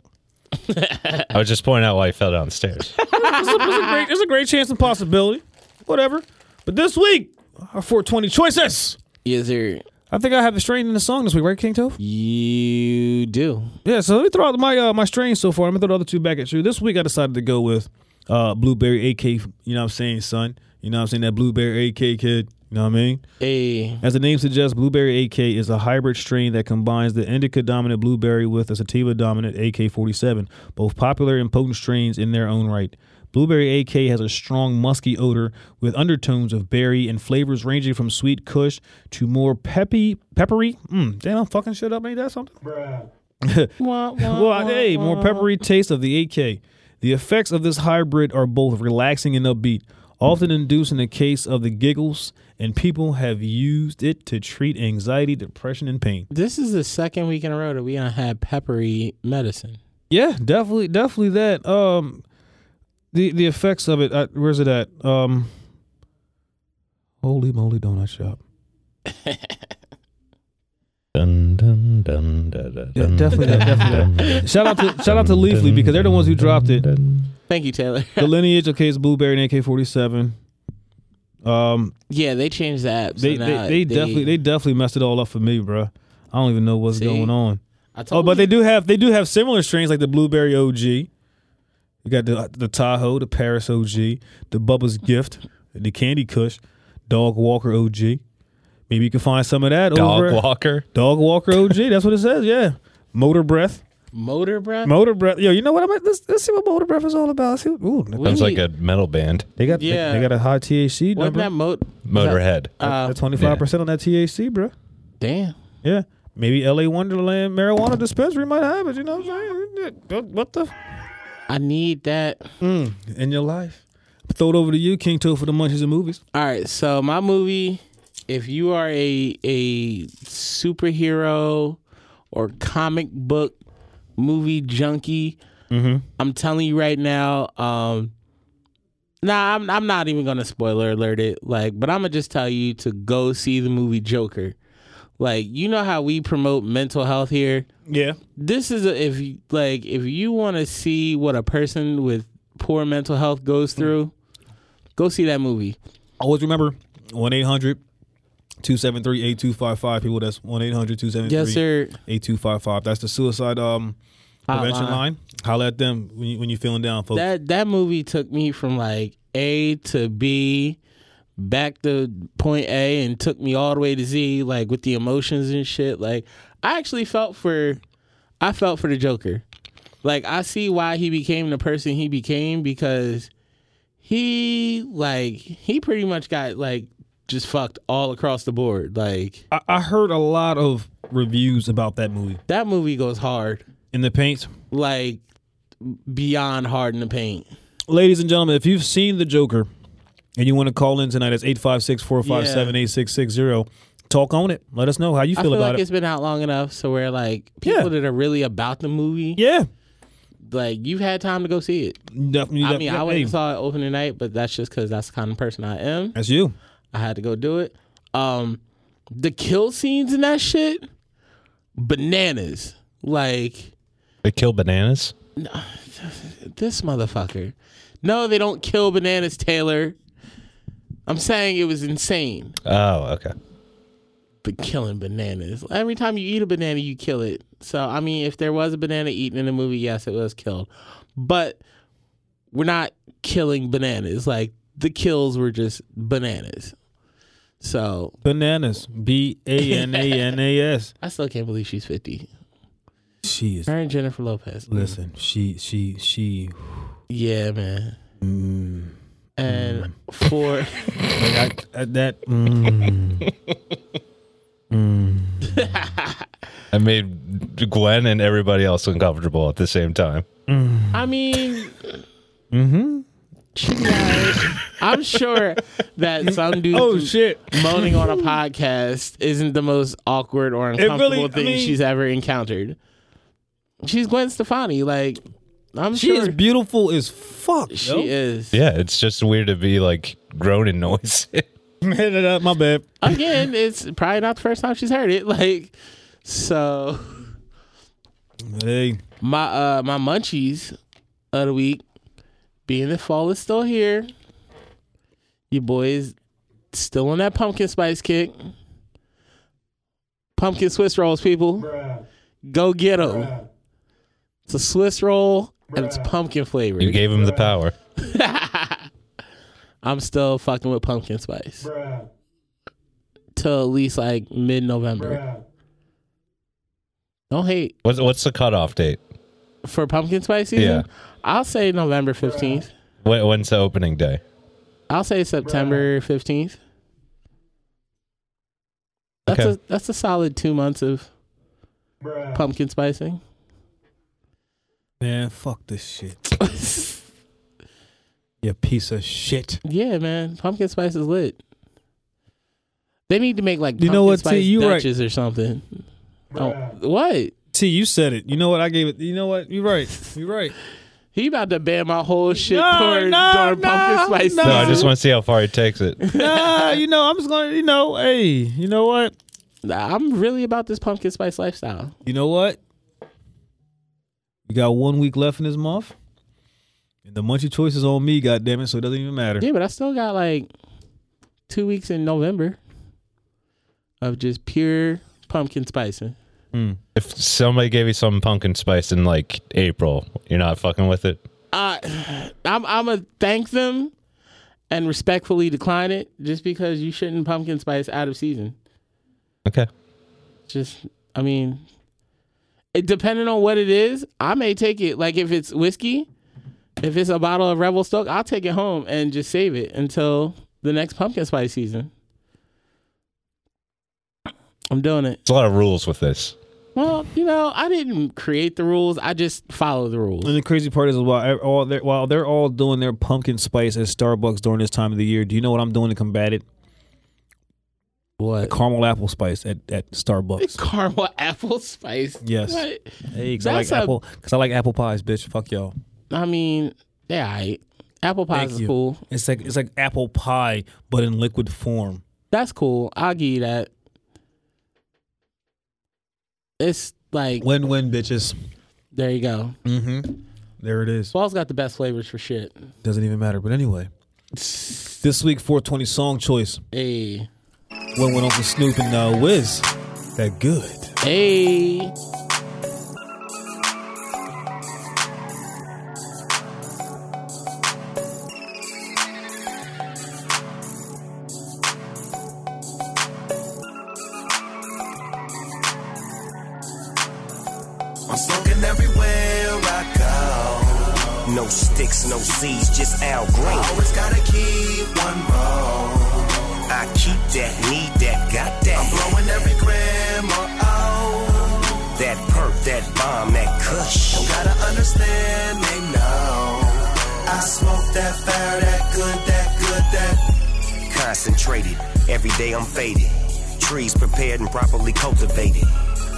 [SPEAKER 3] I was just pointing out why you fell down the stairs.
[SPEAKER 2] There's a great, there's a great chance and possibility. Whatever. But this week, our 420 choices.
[SPEAKER 1] yes, sir.
[SPEAKER 2] I think I have the strain in the song this week, right, King Tove?
[SPEAKER 1] You do.
[SPEAKER 2] Yeah, so let me throw out my uh, my strains so far. I'm gonna throw the other two back at you. This week I decided to go with uh, Blueberry AK, you know what I'm saying, son. You know what I'm saying? That Blueberry AK kid, you know what I mean?
[SPEAKER 1] Hey,
[SPEAKER 2] As the name suggests, Blueberry AK is a hybrid strain that combines the indica dominant blueberry with a sativa dominant AK 47, both popular and potent strains in their own right. Blueberry AK has a strong musky odor with undertones of berry and flavors ranging from sweet kush to more peppy, peppery. Mm, damn, I'm fucking shit up. Ain't that something? Well, hey, more peppery taste of the 8K. The effects of this hybrid are both relaxing and upbeat, often induced in the case of the giggles, and people have used it to treat anxiety, depression, and pain.
[SPEAKER 1] This is the second week in a row that we done had peppery medicine.
[SPEAKER 2] Yeah, definitely, definitely that. Um, the the effects of it. Uh, where's it at? Um, holy moly, donut shop.
[SPEAKER 3] Dun, dun, dun, da, da,
[SPEAKER 2] Yeah,
[SPEAKER 3] dun,
[SPEAKER 2] definitely that,
[SPEAKER 3] dun,
[SPEAKER 2] definitely
[SPEAKER 3] dun, dun,
[SPEAKER 2] Shout out to shout out to Leafly because they're the ones who dropped it.
[SPEAKER 3] dun.
[SPEAKER 1] Thank you, Taylor.
[SPEAKER 2] The lineage, okay, is blueberry and AK forty seven. Um,
[SPEAKER 1] yeah, they changed the app. so
[SPEAKER 2] they,
[SPEAKER 1] now
[SPEAKER 2] they, they definitely they definitely messed it all up for me, bro. I don't even know what's
[SPEAKER 1] See?
[SPEAKER 2] going on.
[SPEAKER 1] I told
[SPEAKER 2] Oh, but
[SPEAKER 1] you.
[SPEAKER 2] they do have they do have similar strains like the blueberry OG. You got the the Tahoe, the Paris OG, the Bubba's Gift, the Candy Kush, Dog Walker OG. Maybe you can find some of that over
[SPEAKER 3] Dog walker.
[SPEAKER 2] Dog Walker OG. That's what it says. Yeah, Motor Breath,
[SPEAKER 1] motor breath.
[SPEAKER 2] Motor Breath. Yo, you know what? I'm let's, let's see what Motor Breath is all about. Let's see what, ooh,
[SPEAKER 1] We
[SPEAKER 3] Sounds like
[SPEAKER 1] need-
[SPEAKER 3] a metal band.
[SPEAKER 2] they got
[SPEAKER 1] Yeah.
[SPEAKER 2] they, they got a high THC
[SPEAKER 1] Wasn't
[SPEAKER 2] number.
[SPEAKER 1] that mo-
[SPEAKER 3] Motorhead.
[SPEAKER 1] Uh,
[SPEAKER 2] That's twenty five percent on that THC, bruh.
[SPEAKER 1] damn.
[SPEAKER 2] Yeah. Maybe LA Wonderland marijuana dispensary might have it. You know what I'm saying? What- What the?
[SPEAKER 1] I need that.
[SPEAKER 2] In your life. Throw it over to you, King Toe, for the munchies and movies.
[SPEAKER 1] All right, so my movie, if you are a a superhero or comic book movie junkie, I'm telling you right now, um Nah, I'm I'm not even gonna spoiler alert it, like, but I'm gonna just tell you to go see the movie Joker. Like, you know how we promote mental health here?
[SPEAKER 2] Yeah.
[SPEAKER 1] this is a, if you- like if you want to see what a person with poor mental health goes through, go see that movie.
[SPEAKER 2] Always remember 1 800 273 8255. People, that's 1 800
[SPEAKER 1] Yes,
[SPEAKER 2] 273
[SPEAKER 1] sir.
[SPEAKER 2] 8255. That's the suicide um, prevention
[SPEAKER 1] Hotline.
[SPEAKER 2] line. Holla at them when, you, when you're feeling down, folks.
[SPEAKER 1] That that movie took me from like A to B, back to point A, and took me all the way to Z. Like with the emotions and shit. Like I actually felt for, I felt for the Joker. Like I see why he became the person he became because he like he pretty much got like just fucked all across the board. Like
[SPEAKER 2] I, I heard a lot of reviews about that movie.
[SPEAKER 1] that movie goes hard,
[SPEAKER 2] In the paint.
[SPEAKER 1] like beyond hard in the paint.
[SPEAKER 2] ladies and gentlemen, if you've seen The Joker and you want to call in tonight, it's 856 457 8660. Talk on it. Let us know how you
[SPEAKER 1] I
[SPEAKER 2] feel,
[SPEAKER 1] feel
[SPEAKER 2] about
[SPEAKER 1] like
[SPEAKER 2] it.
[SPEAKER 1] it's been out long enough, so where like people
[SPEAKER 2] Yeah.
[SPEAKER 1] that are really about the movie,
[SPEAKER 2] Yeah.
[SPEAKER 1] like you've had time to go see it.
[SPEAKER 2] Definitely.
[SPEAKER 1] I mean, I went
[SPEAKER 2] hey,
[SPEAKER 1] and saw it opening night, but that's just because that's the kind of person I am.
[SPEAKER 2] That's you.
[SPEAKER 1] I had to go do it. Um, the kill scenes and that shit, bananas. Like
[SPEAKER 3] They kill bananas.
[SPEAKER 1] this motherfucker. No, they don't kill bananas, Taylor. I'm saying it was insane.
[SPEAKER 3] Oh, okay.
[SPEAKER 1] but killing bananas. Every time you eat a banana, you kill it. So I mean, if there was a banana eaten in the movie, yes, it was killed. But we're not killing bananas. Like the kills were just bananas. So
[SPEAKER 2] Bananas. B A N A N A S.
[SPEAKER 1] I still can't believe she's fifty.
[SPEAKER 2] She is.
[SPEAKER 1] Her and Jennifer Lopez.
[SPEAKER 2] Listen, she, she, she.
[SPEAKER 1] Yeah, man. And for
[SPEAKER 2] Like I, I, that. mm.
[SPEAKER 3] I made Gwen and everybody else uncomfortable at the same time.
[SPEAKER 1] I mean, she got- I'm sure that some dude.
[SPEAKER 2] Oh, shit.
[SPEAKER 1] moaning on a podcast isn't the most awkward or uncomfortable
[SPEAKER 2] really- I
[SPEAKER 1] thing
[SPEAKER 2] mean-
[SPEAKER 1] she's ever encountered. She's Gwen Stefani. Like, I'm
[SPEAKER 2] She
[SPEAKER 1] sure
[SPEAKER 2] is beautiful as fuck.
[SPEAKER 1] she
[SPEAKER 2] yo.
[SPEAKER 1] is.
[SPEAKER 3] Yeah, it's just weird to be like groaning noise.
[SPEAKER 2] My bad.
[SPEAKER 1] Again, it's probably not the first time she's heard it. Like, so
[SPEAKER 2] Hey.
[SPEAKER 1] my uh my munchies of the week, being the fall is still here. You boys still on that pumpkin spice kick. Pumpkin Swiss rolls, people. Go get them. It's a Swiss roll and it's pumpkin flavored.
[SPEAKER 3] you gave him the power.
[SPEAKER 1] I'm still fucking with pumpkin spice till at least like mid November. Don't hate
[SPEAKER 3] What's what's the cutoff date?
[SPEAKER 1] for pumpkin spice season.
[SPEAKER 3] Yeah.
[SPEAKER 1] I'll say November 15th.
[SPEAKER 3] When, when's the opening day?
[SPEAKER 1] I'll say September 15th. That's
[SPEAKER 3] Okay.
[SPEAKER 1] a that's a solid two months of pumpkin spicing.
[SPEAKER 2] Man, fuck this shit. you piece of shit.
[SPEAKER 1] Yeah, man, pumpkin spice is lit. They need to make like
[SPEAKER 2] You
[SPEAKER 1] pumpkin
[SPEAKER 2] know what, T,
[SPEAKER 1] spice
[SPEAKER 2] you right.
[SPEAKER 1] Dutches or something. Oh, what?
[SPEAKER 2] T, you said it. You know what? I gave it. You know what? You're right. You're right.
[SPEAKER 1] He about to ban my whole shit
[SPEAKER 2] No,
[SPEAKER 1] toward,
[SPEAKER 2] no,
[SPEAKER 1] toward
[SPEAKER 2] no,
[SPEAKER 1] pumpkin spice.
[SPEAKER 2] no.
[SPEAKER 3] No, I
[SPEAKER 1] season.
[SPEAKER 3] just want to see how far he takes it.
[SPEAKER 2] nah, you know, I'm just gonna. You know, hey, you know what?
[SPEAKER 1] Nah, I'm really about this pumpkin spice lifestyle.
[SPEAKER 2] You know what? We got one week left in this month, and the munchie choice is on me. God damn it! So it doesn't even matter.
[SPEAKER 1] Yeah, but I still got like two weeks in November of just pure pumpkin spicing.
[SPEAKER 3] If somebody gave you some pumpkin spice in like April, you're not fucking with it.
[SPEAKER 1] I, I'm I'm gonna thank them and respectfully decline it just because you shouldn't pumpkin spice out of season.
[SPEAKER 3] Okay.
[SPEAKER 1] Just I mean, it, depending on what it is, I may take it. Like if it's whiskey, if it's a bottle of Rebel Stoke, I'll take it home and just save it until the next pumpkin spice season. I'm doing it.
[SPEAKER 3] There's a lot of rules with this.
[SPEAKER 1] Well, you know, I didn't create the rules. I just follow the rules.
[SPEAKER 2] And the crazy part is while e-, all they're, while they're all doing their pumpkin spice at Starbucks during this time of the year, do you know what I'm doing to combat it?
[SPEAKER 1] What?
[SPEAKER 2] Caramel apple spice at, at Starbucks.
[SPEAKER 1] Caramel apple spice.
[SPEAKER 2] Yes.
[SPEAKER 1] What?
[SPEAKER 2] Hey, 'cause I like
[SPEAKER 1] That's a-
[SPEAKER 2] apple because I like apple pies, bitch. Fuck y'all.
[SPEAKER 1] I mean, yeah, I, apple
[SPEAKER 2] Thank
[SPEAKER 1] pies is
[SPEAKER 2] you.
[SPEAKER 1] cool.
[SPEAKER 2] It's like it's like apple pie, but in liquid form.
[SPEAKER 1] That's cool. I'll give you that. It's like
[SPEAKER 2] Win win, bitches.
[SPEAKER 1] there you go.
[SPEAKER 2] Mm-hmm. There it is.
[SPEAKER 1] Ball's got the best flavors for shit.
[SPEAKER 2] Doesn't even matter. But anyway, this week 420 song choice.
[SPEAKER 1] Hey,
[SPEAKER 2] One went Uncle Snoop and uh, Wiz. That good.
[SPEAKER 1] hey.
[SPEAKER 5] I'm smoking everywhere I go. No sticks, no seeds, just Al Green. Always gotta keep one roll. I keep that, need that, got that. I'm blowing every grandma out. That perk, that bomb, that kush. Don't gotta understand, they know. I smoke that fire, that good, that good, that. Concentrated, every day I'm faded. Trees prepared and properly cultivated.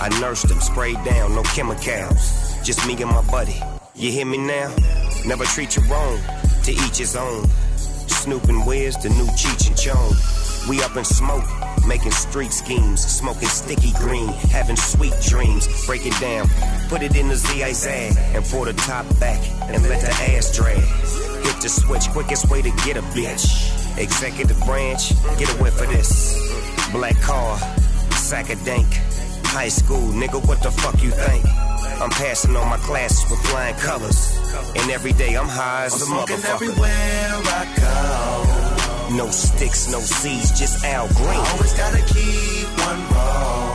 [SPEAKER 5] I nursed them, sprayed down, no chemicals. Just me and my buddy. You hear me now? Never treat you wrong, to each his own. Snoop and Wiz, the new Cheech and Chong. We up in smoke, making street schemes, smoking sticky green, having sweet dreams. Break it down, put it in the ZI's ad, and pour the top back, and let the ass drag. Hit the switch, quickest way to get a bitch. Executive branch, get away for this. Black car, sack of dank. High school, nigga, what the fuck you think? I'm passing on my classes with flying colors. And every day I'm high as a motherfucker. everywhere I go. No sticks, no seeds, just Al Green. Always gotta keep one roll.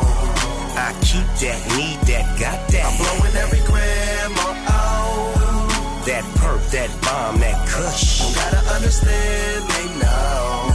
[SPEAKER 5] I keep that, need that, got that. I'm blowing every grandma out. That perp, that bomb, that kush. Don't gotta understand, they know.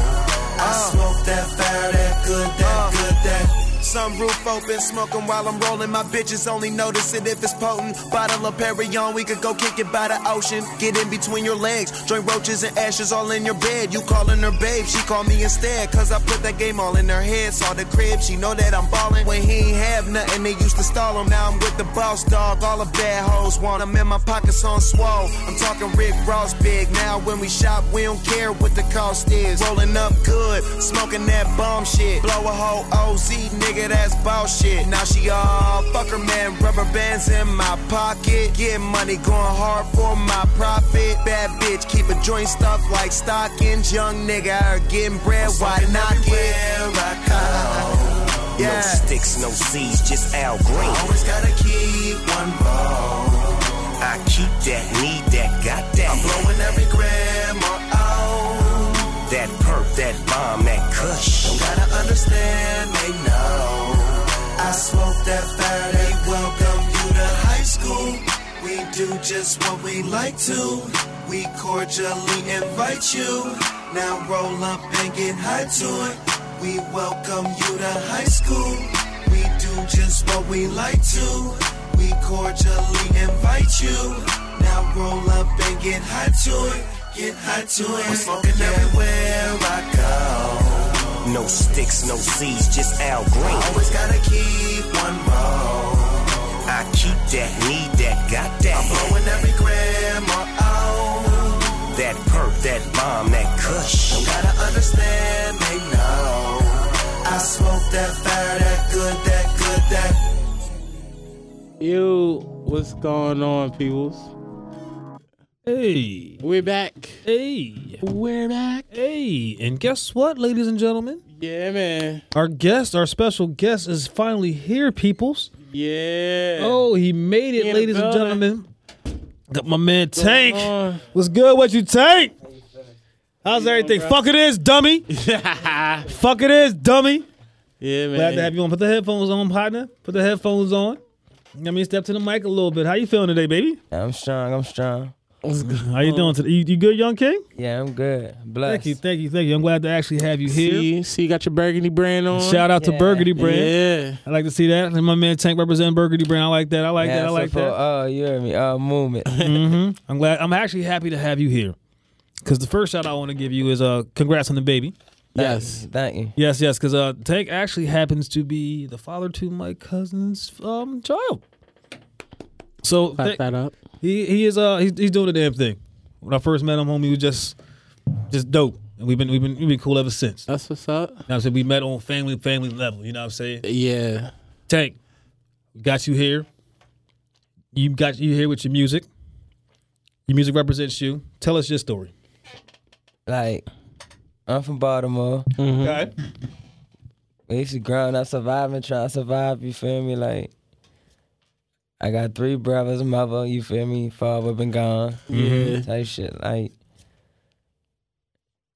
[SPEAKER 5] I smoke that fire, that good, that good, that.
[SPEAKER 6] Sunroof open, smoking while I'm rolling. My bitches only notice it if it's potent. Bottle of Perignon, we could go kick it by the ocean. Get in between your legs, drink roaches and ashes all in your bed. You calling her babe, she call me instead. Cause I put that game all in her head. Saw the crib, she know that I'm ballin'. When he ain't have nothing, they used to stall him. Now I'm with the boss dog, all the bad hoes want him. In my pockets on swole. I'm talking Rick Ross big. Now when we shop, we don't care what the cost is. Rolling up good, smoking that bomb shit. Blow a whole OZ, nigga, that's bullshit. Now she all fuck her man, rubber bands in my pocket. Get money, going hard for my profit. Bad bitch, keep a joint stuffed like stockings. Young nigga, her getting bread, why not get?
[SPEAKER 5] No
[SPEAKER 6] Yeah.
[SPEAKER 5] sticks, no seeds, just Al Green.
[SPEAKER 6] Always gotta keep one ball.
[SPEAKER 5] I keep that, need that, got that.
[SPEAKER 6] I'm blowing every grandma out.
[SPEAKER 5] that perp, that bomb, that kush.
[SPEAKER 6] Don't gotta understand, they know. I smoke that fire, they welcome you to high school. We do just what we like to. We cordially invite you. Now roll up and get high to it. We welcome you to high school. We
[SPEAKER 5] We do just what we like to. We cordially invite you. Now roll up and get hot to it. Get hot to it. I'm smoking everywhere I go. No sticks, no seeds, just Al Green. Always gotta keep one roll. I keep that, need that, got that. I'm blowing every grandma out. That perp, that bomb, that kush. Don't gotta understand, they know. I smoke that fire, that good, that good, that
[SPEAKER 1] Ew, what's going on, peoples?
[SPEAKER 2] Hey,
[SPEAKER 1] We're back.
[SPEAKER 2] hey,
[SPEAKER 1] We're back.
[SPEAKER 2] hey. And guess what, ladies and gentlemen?
[SPEAKER 1] Yeah, man.
[SPEAKER 2] Our guest, our special guest, is finally here, peoples.
[SPEAKER 1] Yeah.
[SPEAKER 2] Oh, he made it,
[SPEAKER 1] In the
[SPEAKER 2] ladies and
[SPEAKER 1] building.
[SPEAKER 2] gentlemen. Got my man Tank.
[SPEAKER 1] on?
[SPEAKER 2] What's good? What you tank? How's everything? Fuck it is, dummy.
[SPEAKER 1] yeah,
[SPEAKER 2] Fuck it is, dummy.
[SPEAKER 1] man.
[SPEAKER 2] Glad to have you on. Put the headphones on, partner. Put the headphones on. I mean, step to the mic a little bit. How you feeling today, baby?
[SPEAKER 4] I'm strong. I'm strong.
[SPEAKER 2] How you doing today? You, you good, young king?
[SPEAKER 4] Yeah, I'm good. Blessed.
[SPEAKER 2] Thank you, thank you, thank you. I'm glad to actually have you here.
[SPEAKER 1] See, see, you got your burgundy brand on.
[SPEAKER 2] Shout out to
[SPEAKER 4] Yeah.
[SPEAKER 2] Burgundy Brand.
[SPEAKER 1] Yeah.
[SPEAKER 2] I like to see that. And my man Tank representing Burgundy Brand. I like that. I like
[SPEAKER 4] Yeah,
[SPEAKER 2] that. I like
[SPEAKER 4] support,
[SPEAKER 2] that.
[SPEAKER 4] Oh, you heard me. Uh, movement.
[SPEAKER 2] I'm glad. I'm actually happy to have you here. Because the first shout I want to give you is uh, congrats on the baby.
[SPEAKER 1] Yes.
[SPEAKER 4] Thank you.
[SPEAKER 2] Yes, yes. Because uh, Tank actually happens to be the father to my cousin's um, child. So
[SPEAKER 1] Clap
[SPEAKER 2] thank-
[SPEAKER 1] that up.
[SPEAKER 2] He he is uh he's, he's doing the damn thing. When I first met him, homie, he was just just dope, and we've been we've been we've been cool ever since. You know
[SPEAKER 1] That's what's up.
[SPEAKER 2] what I'm saying we met on family family level. You know what I'm saying?
[SPEAKER 1] Yeah.
[SPEAKER 2] Tank, got you here. You got you here with your music. Your music represents you. Tell us your story.
[SPEAKER 4] Like, I'm from Baltimore.
[SPEAKER 2] Okay.
[SPEAKER 4] We used to growing up, surviving, trying to survive. You feel me? Like, I got three brothers, mother. You feel me? Father been gone.
[SPEAKER 2] Mm-hmm.
[SPEAKER 1] Yeah.
[SPEAKER 4] Type shit. Like,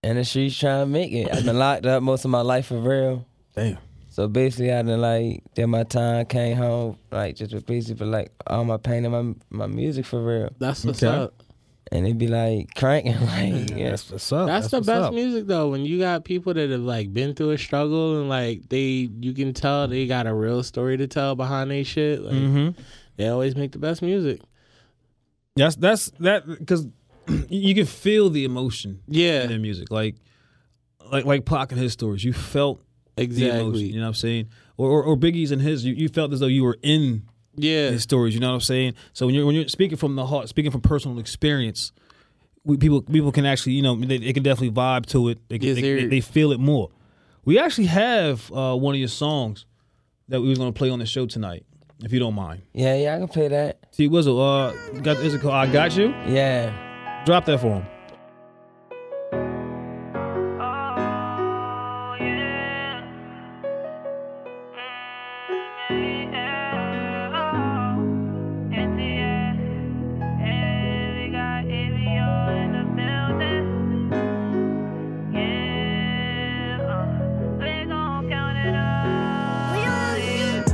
[SPEAKER 4] and the streets trying to make it. I've been locked up most of my life for real.
[SPEAKER 2] Damn.
[SPEAKER 4] So basically, I done like did my time, came home, like just with basically, but like all my pain and my my music for real.
[SPEAKER 1] That's what's
[SPEAKER 2] Okay.
[SPEAKER 1] up.
[SPEAKER 4] and it be like cranking, like yeah.
[SPEAKER 2] That's what's up.
[SPEAKER 1] That's, the
[SPEAKER 2] what's
[SPEAKER 1] best
[SPEAKER 2] up.
[SPEAKER 1] music though. When you got people that have like been through a struggle and like they, you can tell they got a real story to tell behind they shit. Like,
[SPEAKER 2] Mm-hmm.
[SPEAKER 1] They always make the best music.
[SPEAKER 2] That's that's that because you can feel the emotion in
[SPEAKER 1] Yeah.
[SPEAKER 2] their music, like like like Pac and his stories. You felt the emotion. You
[SPEAKER 1] Exactly.
[SPEAKER 2] know what I'm saying? Or, or, or Biggie's and his, you, you felt as though you were in
[SPEAKER 1] Yeah.
[SPEAKER 2] his stories. You know what I'm saying? So when you're when you're speaking from the heart, speaking from personal experience, we, people people can actually you know they, they can definitely vibe to it. They, can,
[SPEAKER 1] Yes,
[SPEAKER 2] they,
[SPEAKER 1] sir.
[SPEAKER 2] they, they feel it more. We actually have uh, one of your songs that we was gonna play on the show tonight, if you don't mind.
[SPEAKER 4] yeah, yeah. I can play that.
[SPEAKER 2] See, Wizzle, uh, got is it called I Got You?
[SPEAKER 4] Yeah,
[SPEAKER 2] Drop that for him.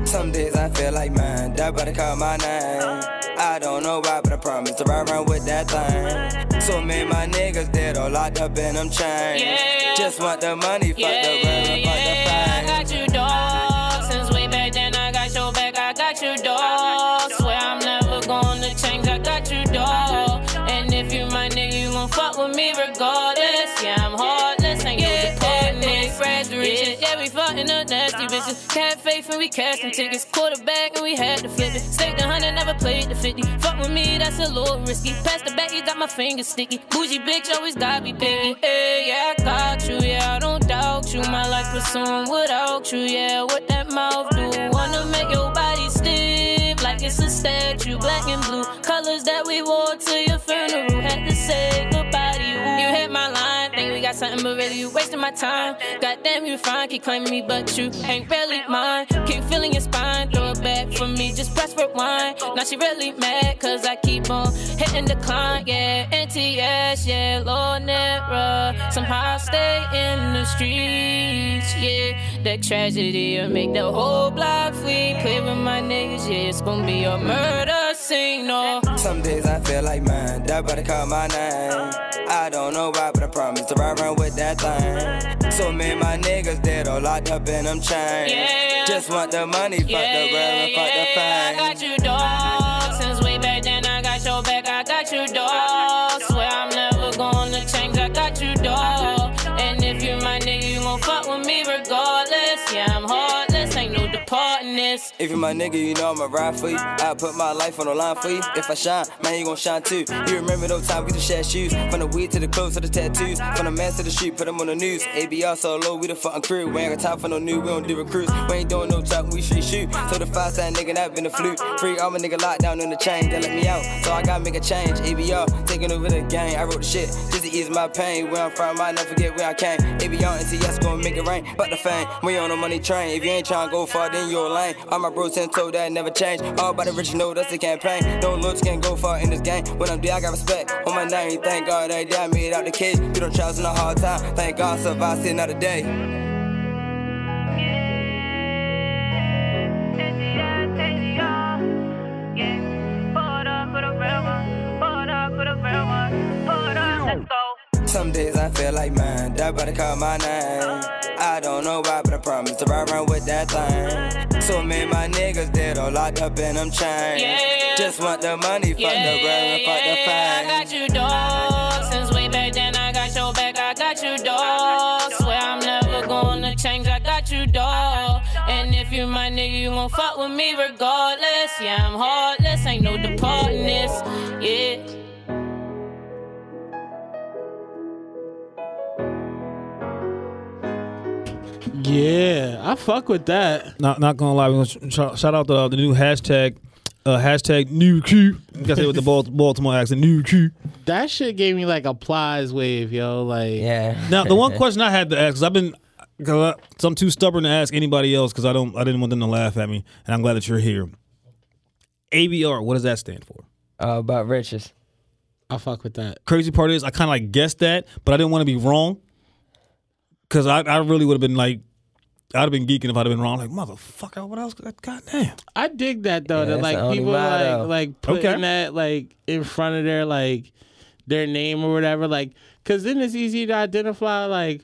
[SPEAKER 4] Some days I feel like mine. That better call my name. I don't know why, but I promise to ride around with that thing. So many my niggas dead all locked up in them chains.
[SPEAKER 7] Yeah.
[SPEAKER 4] Just want the money, fuck
[SPEAKER 7] Yeah,
[SPEAKER 4] the world,
[SPEAKER 7] yeah,
[SPEAKER 4] fuck
[SPEAKER 7] I got you, dog. Since way back then, I got your back. I got you, dog. Swear I'm never gonna change. I got you, dog. And if you my nigga, you gon' fuck with me regardless. Yeah, I'm heartless. Ain't yeah, no department. Fresh riches. Yeah, we fucking up nasty bitches. Cat faith and we casting tickets. Quarterback and we had to flip it. Staked the hundred, never played the fifty. Fuck with me, that's a little risky. Pass the back, you got my fingers sticky. Bougie bitch, always gotta be picky. Hey, yeah, I got you. Yeah, I don't doubt you. My life pursuing without you. Yeah, what that mouth do? Wanna make your body stiff like it's a statue. Black and blue colors that we wore to your funeral. Had to say goodbye to you. You hit my line, think we got something, but really you wasting my time. Goddamn, you fine, keep claiming me, but you ain't really mine. Keep feeling your spine, throw it back for me, just press rewind. Now she really mad, cause I keep on hitting decline, yeah. NTS, yeah, Lord Nera. Somehow I stay in the streets, yeah. The tragedy will make the whole block flee. Play with my niggas, yeah, it's gonna be a murder
[SPEAKER 8] signal.
[SPEAKER 5] Some days I feel like mine, that better call my name. I don't know why, but I promise to ride around with that thing. So many my niggas dead all locked up in them chains.
[SPEAKER 8] Yeah.
[SPEAKER 5] Just want the money, fuck
[SPEAKER 8] Yeah,
[SPEAKER 5] the
[SPEAKER 8] yeah,
[SPEAKER 5] rubber, fuck the
[SPEAKER 8] yeah, I
[SPEAKER 5] fame.
[SPEAKER 8] got you, dog. Since way back then, I got your back. I got you, dog. Swear I'm never gonna change. I got you, dog. And if you my nigga, you gon' fuck with me regardless. Yeah, I'm heartless. Ain't no departing this.
[SPEAKER 5] If you my nigga, you know I'ma ride for you. I put my life on the line for you. If I shine, man, you gon' shine too. You remember those times we just shared shoes. From the weed to the clothes to the tattoos. From the man to the street, put them on the news. ABR so low, we the fucking crew. We ain't got time for no new, we don't do recruits. We ain't doing no talk, we straight shoot. So the five side nigga, that been the flute. Free all my nigga locked down in the chain. They let me out, so I gotta make a change. ABR taking over the game. I wrote the shit just to ease my pain. Where I'm from, I never forget where I came. ABR and CS gon' make it rain. But the fame, we on the money train. If you ain't tryna go far, then you're lame. All my bros and told that never change. All by the rich, know that's the campaign. No looks can't go far in this game. When I'm there, I got respect. On my name, thank God that I made it out the cage. Through them trials and a hard time. Thank God survived sitting out a day. Some days I feel like mine, that better call my name. I don't know why, but I promise to ride around with that thing. So many my niggas dead all locked up in them chains.
[SPEAKER 8] Yeah.
[SPEAKER 5] Just want the money, fuck the rubber, fuck the
[SPEAKER 8] yeah, I
[SPEAKER 5] fame.
[SPEAKER 8] got you, dog. Since way back then, I got your back. I got you, dog. Swear I'm never gonna change. I got you, dog. And if you my nigga, you gon' fuck with me regardless. Yeah, I'm heartless. Ain't no departing this. Yeah.
[SPEAKER 1] Yeah, I fuck with that.
[SPEAKER 2] Not not gonna lie, we're gonna sh- sh- shout out the the new hashtag, uh, hashtag new Q. You gotta say it with the Bal- Baltimore accent, new Q.
[SPEAKER 1] That shit gave me like a plies wave, yo. Like,
[SPEAKER 7] Yeah.
[SPEAKER 2] Now the one question I had to ask, cause I've been, cause I, so I'm too stubborn to ask anybody else, cause I don't, I didn't want them to laugh at me, and I'm glad that you're here. ABR, what does that stand for?
[SPEAKER 7] Uh, about riches.
[SPEAKER 1] I fuck with that.
[SPEAKER 2] Crazy part is I kind of like guessed that, but I didn't want to be wrong, cause I, I really would have been like, I'd have been geeking if I'd have been wrong. Like motherfucker, what else? God damn.
[SPEAKER 1] I dig that though.
[SPEAKER 7] Yeah,
[SPEAKER 1] that
[SPEAKER 7] that's
[SPEAKER 1] like
[SPEAKER 7] the only
[SPEAKER 1] people
[SPEAKER 7] motto.
[SPEAKER 1] like like putting
[SPEAKER 2] Okay.
[SPEAKER 1] that like in front of their like their name or whatever. Like, cause then it's easy to identify like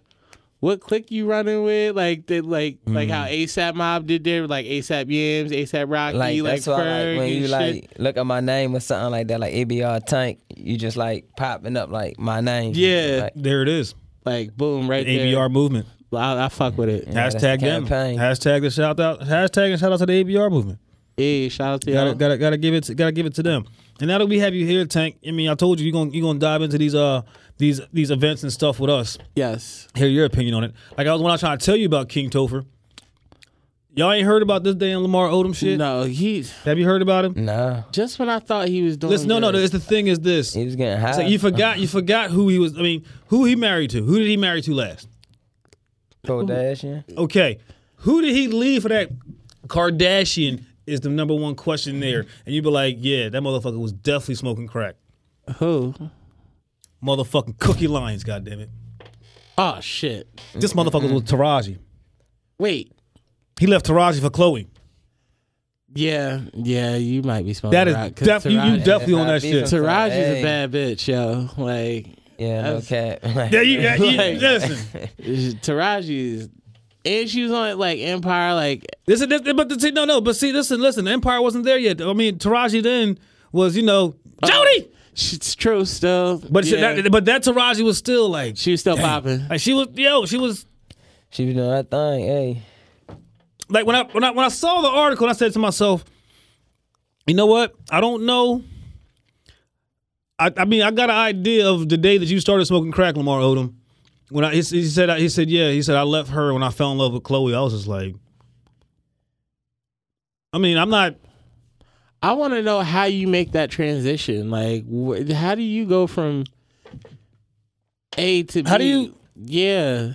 [SPEAKER 1] what clique you running with. Like that like like
[SPEAKER 7] Mm.
[SPEAKER 1] how ASAP Mob did their like ASAP Yams, ASAP Rocky,
[SPEAKER 7] Like
[SPEAKER 1] like,
[SPEAKER 7] that's why
[SPEAKER 1] Ferg
[SPEAKER 7] like, when
[SPEAKER 1] and
[SPEAKER 7] you
[SPEAKER 1] shit.
[SPEAKER 7] like look at my name or something like that, like ABR Tank, you just like popping up like my name.
[SPEAKER 1] Yeah.
[SPEAKER 7] Like,
[SPEAKER 2] There it is.
[SPEAKER 1] like boom right
[SPEAKER 2] ABR movement.
[SPEAKER 1] there. I, I fuck with it. Yeah.
[SPEAKER 7] Yeah, that's the
[SPEAKER 2] hashtag them.
[SPEAKER 7] campaign.
[SPEAKER 2] Hashtag the shout out. Hashtag and shout out to the ABR movement.
[SPEAKER 1] shout out to
[SPEAKER 2] Gotta,
[SPEAKER 1] y'all.
[SPEAKER 2] gotta gotta give it to, gotta give it to them. And now that we have you here, Tank, I mean, I told you you gonna you gonna dive into these uh these these events and stuff with us.
[SPEAKER 1] Yes.
[SPEAKER 2] Hear your opinion on it. Like I was when I was trying to tell you about King Topher. Y'all ain't heard about this damn Lamar Odom shit.
[SPEAKER 1] No, he's
[SPEAKER 2] Have you heard about him?
[SPEAKER 7] no,
[SPEAKER 1] just when I thought he was doing.
[SPEAKER 2] Listen, no, no.
[SPEAKER 1] good.
[SPEAKER 2] It's the thing is this.
[SPEAKER 7] he was getting high.
[SPEAKER 2] It's like you forgot you forgot who he was. I mean, who he married to? Who did he marry to last?
[SPEAKER 7] Kardashian.
[SPEAKER 2] Okay, who did he leave for that? Kardashian is the number one question there, and you'd be like, "Yeah, that motherfucker was definitely smoking crack."
[SPEAKER 1] who?
[SPEAKER 2] Motherfucking Cookie Lions, goddamn it!
[SPEAKER 1] Oh shit!
[SPEAKER 2] This motherfucker was Taraji.
[SPEAKER 1] Wait.
[SPEAKER 2] He left Taraji for Chloe.
[SPEAKER 1] Oh, Yeah, yeah, you might be smoking.
[SPEAKER 2] That is
[SPEAKER 1] rock, 'cause
[SPEAKER 2] def- you, you
[SPEAKER 1] Taraji-
[SPEAKER 2] definitely on
[SPEAKER 7] not
[SPEAKER 2] that
[SPEAKER 7] beefing.
[SPEAKER 2] shit.
[SPEAKER 1] Taraji's
[SPEAKER 7] Hey.
[SPEAKER 1] a bad bitch, yo. Like
[SPEAKER 7] Yeah, no cap.
[SPEAKER 2] Yeah, you, yeah, you-
[SPEAKER 1] Like-
[SPEAKER 2] listen.
[SPEAKER 1] Taraji's, and she was on like Empire. Like
[SPEAKER 2] This is this, but the, see, no, no, but see, listen, listen. The Empire wasn't there yet. I mean, Taraji then was, you know, Jody.
[SPEAKER 1] it's true still,
[SPEAKER 2] But she-
[SPEAKER 1] Uh, yeah,
[SPEAKER 2] that, but that Taraji was still like,
[SPEAKER 1] she was still popping.
[SPEAKER 2] like she was, yo, she was
[SPEAKER 7] she was doing her thing. Hey,
[SPEAKER 2] like when I when I when I saw the article, and I said to myself, you know what? I don't know. I, I mean, I got an idea of the day that you started smoking crack, Lamar Odom. When I he, he said he said yeah, he said I left her when I fell in love with Chloe. I was just like, I mean, I'm not.
[SPEAKER 1] I want to know how you make that transition. Like, wh- how do you go from A to B?
[SPEAKER 2] How do you-
[SPEAKER 1] Yeah,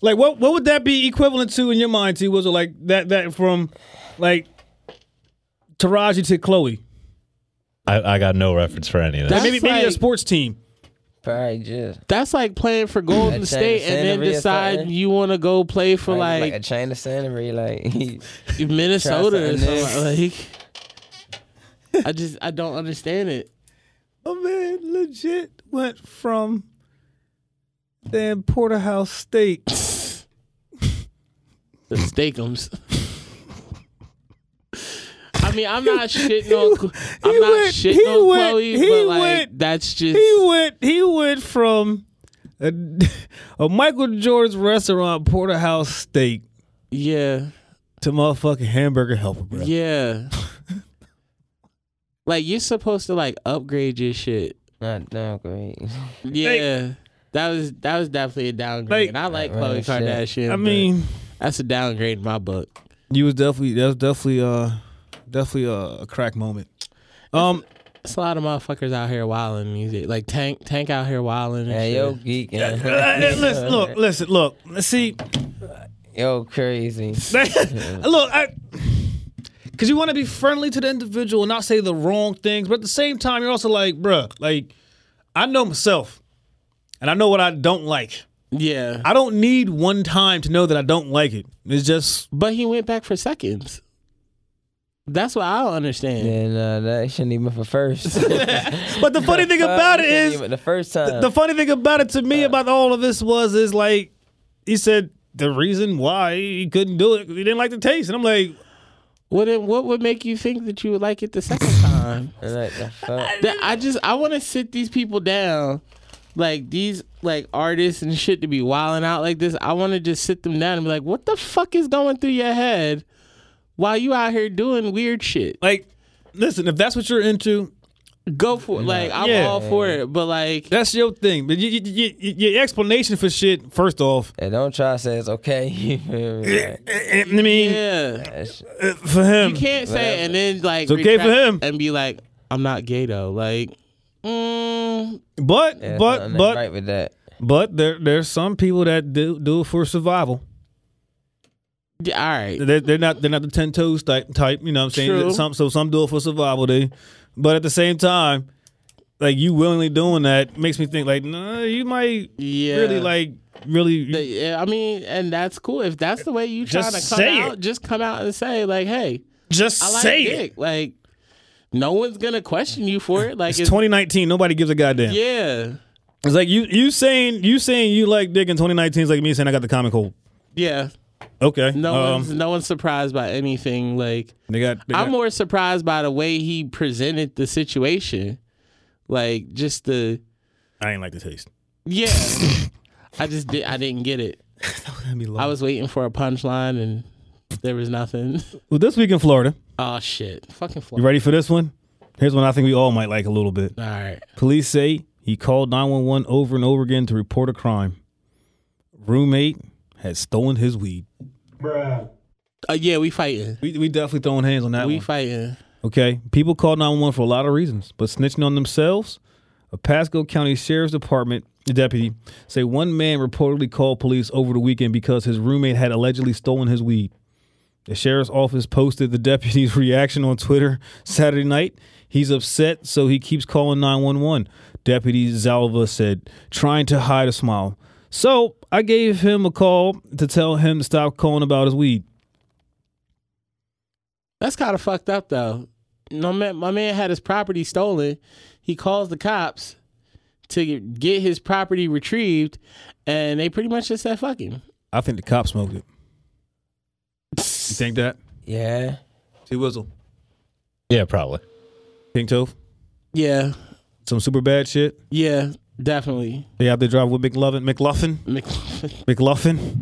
[SPEAKER 2] Like what what would that be equivalent to in your mind? T was it like that that from like Taraji to Chloe?
[SPEAKER 3] I, I got no reference for any of this.
[SPEAKER 1] That-
[SPEAKER 2] Maybe maybe a
[SPEAKER 1] like-
[SPEAKER 2] sports team.
[SPEAKER 7] probably just
[SPEAKER 1] that's like playing for Golden
[SPEAKER 7] That
[SPEAKER 1] State
[SPEAKER 7] change
[SPEAKER 1] and then
[SPEAKER 7] scenery or
[SPEAKER 1] decide
[SPEAKER 7] something?
[SPEAKER 1] you want to go play for
[SPEAKER 7] probably
[SPEAKER 1] like,
[SPEAKER 7] a chain of scenery. Like he,
[SPEAKER 1] Minnesota or
[SPEAKER 7] try something
[SPEAKER 1] something. Like, I just I don't understand it.
[SPEAKER 2] A Oh, man legit went from damn porterhouse steak
[SPEAKER 1] The steakums. I mean, I'm not shitting on. I'm
[SPEAKER 2] he
[SPEAKER 1] not
[SPEAKER 2] went- he
[SPEAKER 1] shitting on
[SPEAKER 2] went-
[SPEAKER 1] Chloe,
[SPEAKER 2] he
[SPEAKER 1] but like
[SPEAKER 2] went-
[SPEAKER 1] that's just.
[SPEAKER 2] he went he went from a, a Michael Jordan's restaurant porterhouse steak
[SPEAKER 1] yeah.
[SPEAKER 2] to motherfucking hamburger helper, bro.
[SPEAKER 1] Yeah. like you're supposed to like upgrade your shit.
[SPEAKER 7] Not downgrade.
[SPEAKER 1] Yeah. that was that was definitely a downgrade.
[SPEAKER 2] Like-
[SPEAKER 1] and I like
[SPEAKER 7] Right,
[SPEAKER 1] Khloe Kardashian.
[SPEAKER 7] shit.
[SPEAKER 2] I
[SPEAKER 1] but
[SPEAKER 2] mean,
[SPEAKER 1] that's a downgrade in my book.
[SPEAKER 2] you was definitely that was definitely uh definitely a, a crack moment. Um,
[SPEAKER 1] It's a lot of motherfuckers out here wilding music. Like Tank Tank out here wilding and
[SPEAKER 7] Hey,
[SPEAKER 1] shit.
[SPEAKER 7] yo, geek.
[SPEAKER 2] uh, listen, look, listen, look. See,
[SPEAKER 7] Yo, crazy.
[SPEAKER 2] look, I. Because you want to be friendly to the individual and not say the wrong things, but at the same time, you're also like, bruh, like, I know myself and I know what I don't like.
[SPEAKER 1] Yeah.
[SPEAKER 2] I don't need one time to know that I don't like it. It's just,
[SPEAKER 1] But he went back for seconds. That's what I don't understand.
[SPEAKER 7] And uh, that shouldn't even for first.
[SPEAKER 2] but the funny thing about it is,
[SPEAKER 7] the first time.
[SPEAKER 2] the funny thing about it to me about all of this was is like he said the reason why he couldn't do it 'cause he didn't like the taste, and I'm like,
[SPEAKER 1] What it, what would make you think that you would like it the second time?
[SPEAKER 7] like, the fuck?
[SPEAKER 1] That- I just I want to sit these people down, like these like artists and shit to be wilding out like this. I want to just sit them down and be like, what the fuck is going through your head while you out here doing weird shit?
[SPEAKER 2] like, listen, if that's what you're into,
[SPEAKER 1] Go for it. Like I'm
[SPEAKER 2] Yeah.
[SPEAKER 1] all for it, but like
[SPEAKER 2] that's your thing. But you, you, you, your explanation for shit, first off,
[SPEAKER 7] Hey, don't try to say it's okay. You feel me? Like,
[SPEAKER 2] Eh, I mean, eh,
[SPEAKER 1] yeah,
[SPEAKER 2] for him,
[SPEAKER 1] you can't say it and then like
[SPEAKER 2] It's okay for
[SPEAKER 1] retract
[SPEAKER 2] him.
[SPEAKER 1] and be like, I'm not gay though. Like, mm,
[SPEAKER 2] but
[SPEAKER 7] yeah,
[SPEAKER 2] but
[SPEAKER 7] something ain't
[SPEAKER 2] but
[SPEAKER 7] right with that.
[SPEAKER 2] but there there's some people that do do it for survival.
[SPEAKER 1] yeah, all right.
[SPEAKER 2] They're, they're not they're not the ten toes type type. You know what I'm saying?
[SPEAKER 1] True.
[SPEAKER 2] Some so some do it for survival day, but at the same time, like you willingly doing that makes me think like, nah, you might
[SPEAKER 1] Yeah.
[SPEAKER 2] really like really.
[SPEAKER 1] But, yeah, I mean, and that's cool. If that's the way you trying
[SPEAKER 2] Just
[SPEAKER 1] to come
[SPEAKER 2] say
[SPEAKER 1] out,
[SPEAKER 2] it.
[SPEAKER 1] just come out and say like, "Hey,
[SPEAKER 2] just
[SPEAKER 1] I like
[SPEAKER 2] say
[SPEAKER 1] dick." Like, no one's gonna question you for it. Like,
[SPEAKER 2] it. It's 2019. Nobody gives a goddamn.
[SPEAKER 1] Yeah,
[SPEAKER 2] It's like you you saying you saying you like dick in 2019 is like me saying I got the comic cold.
[SPEAKER 1] yeah.
[SPEAKER 2] Okay.
[SPEAKER 1] No
[SPEAKER 2] um,
[SPEAKER 1] one's no one's surprised by anything. Like,
[SPEAKER 2] they got. They
[SPEAKER 1] I'm
[SPEAKER 2] got-
[SPEAKER 1] more surprised by the way he presented the situation. Like, just the
[SPEAKER 2] I ain't like the taste.
[SPEAKER 1] yeah. I just did. I didn't get it. I was waiting for a punchline and there was nothing.
[SPEAKER 2] well this week in Florida.
[SPEAKER 1] Oh shit! Fucking
[SPEAKER 2] You
[SPEAKER 1] Florida.
[SPEAKER 2] ready for this one? Here's one I think we all might like a little bit.
[SPEAKER 1] All right.
[SPEAKER 2] Police say he called 911 over and over again to report a crime. Roommate had stolen his weed.
[SPEAKER 1] Uh, yeah, we fighting.
[SPEAKER 2] We, we definitely throwing hands on that
[SPEAKER 1] We
[SPEAKER 2] one.
[SPEAKER 1] fighting.
[SPEAKER 2] okay, people call 911 for a lot of reasons, but snitching on themselves. A Pasco County Sheriff's Department deputy say one man reportedly called police over the weekend because his roommate had allegedly stolen his weed. The sheriff's office posted the deputy's reaction on Twitter Saturday night. He's upset, so he keeps calling 911. Deputy Zalva said, trying to hide a smile. So I gave him a call to tell him to stop calling about his weed.
[SPEAKER 1] That's kind of fucked up though. No man, my man had his property stolen. He calls the cops to get his property retrieved, and they pretty much just said fuck him.
[SPEAKER 2] I think the cop smoked it. You think that?
[SPEAKER 7] Yeah.
[SPEAKER 2] T Whistle.
[SPEAKER 3] Yeah, probably.
[SPEAKER 2] King Tove.
[SPEAKER 1] Yeah,
[SPEAKER 2] Some super bad shit.
[SPEAKER 1] yeah, definitely.
[SPEAKER 2] They out there driving with McLovin. McLuffin.
[SPEAKER 1] Mc-
[SPEAKER 2] McLuffin.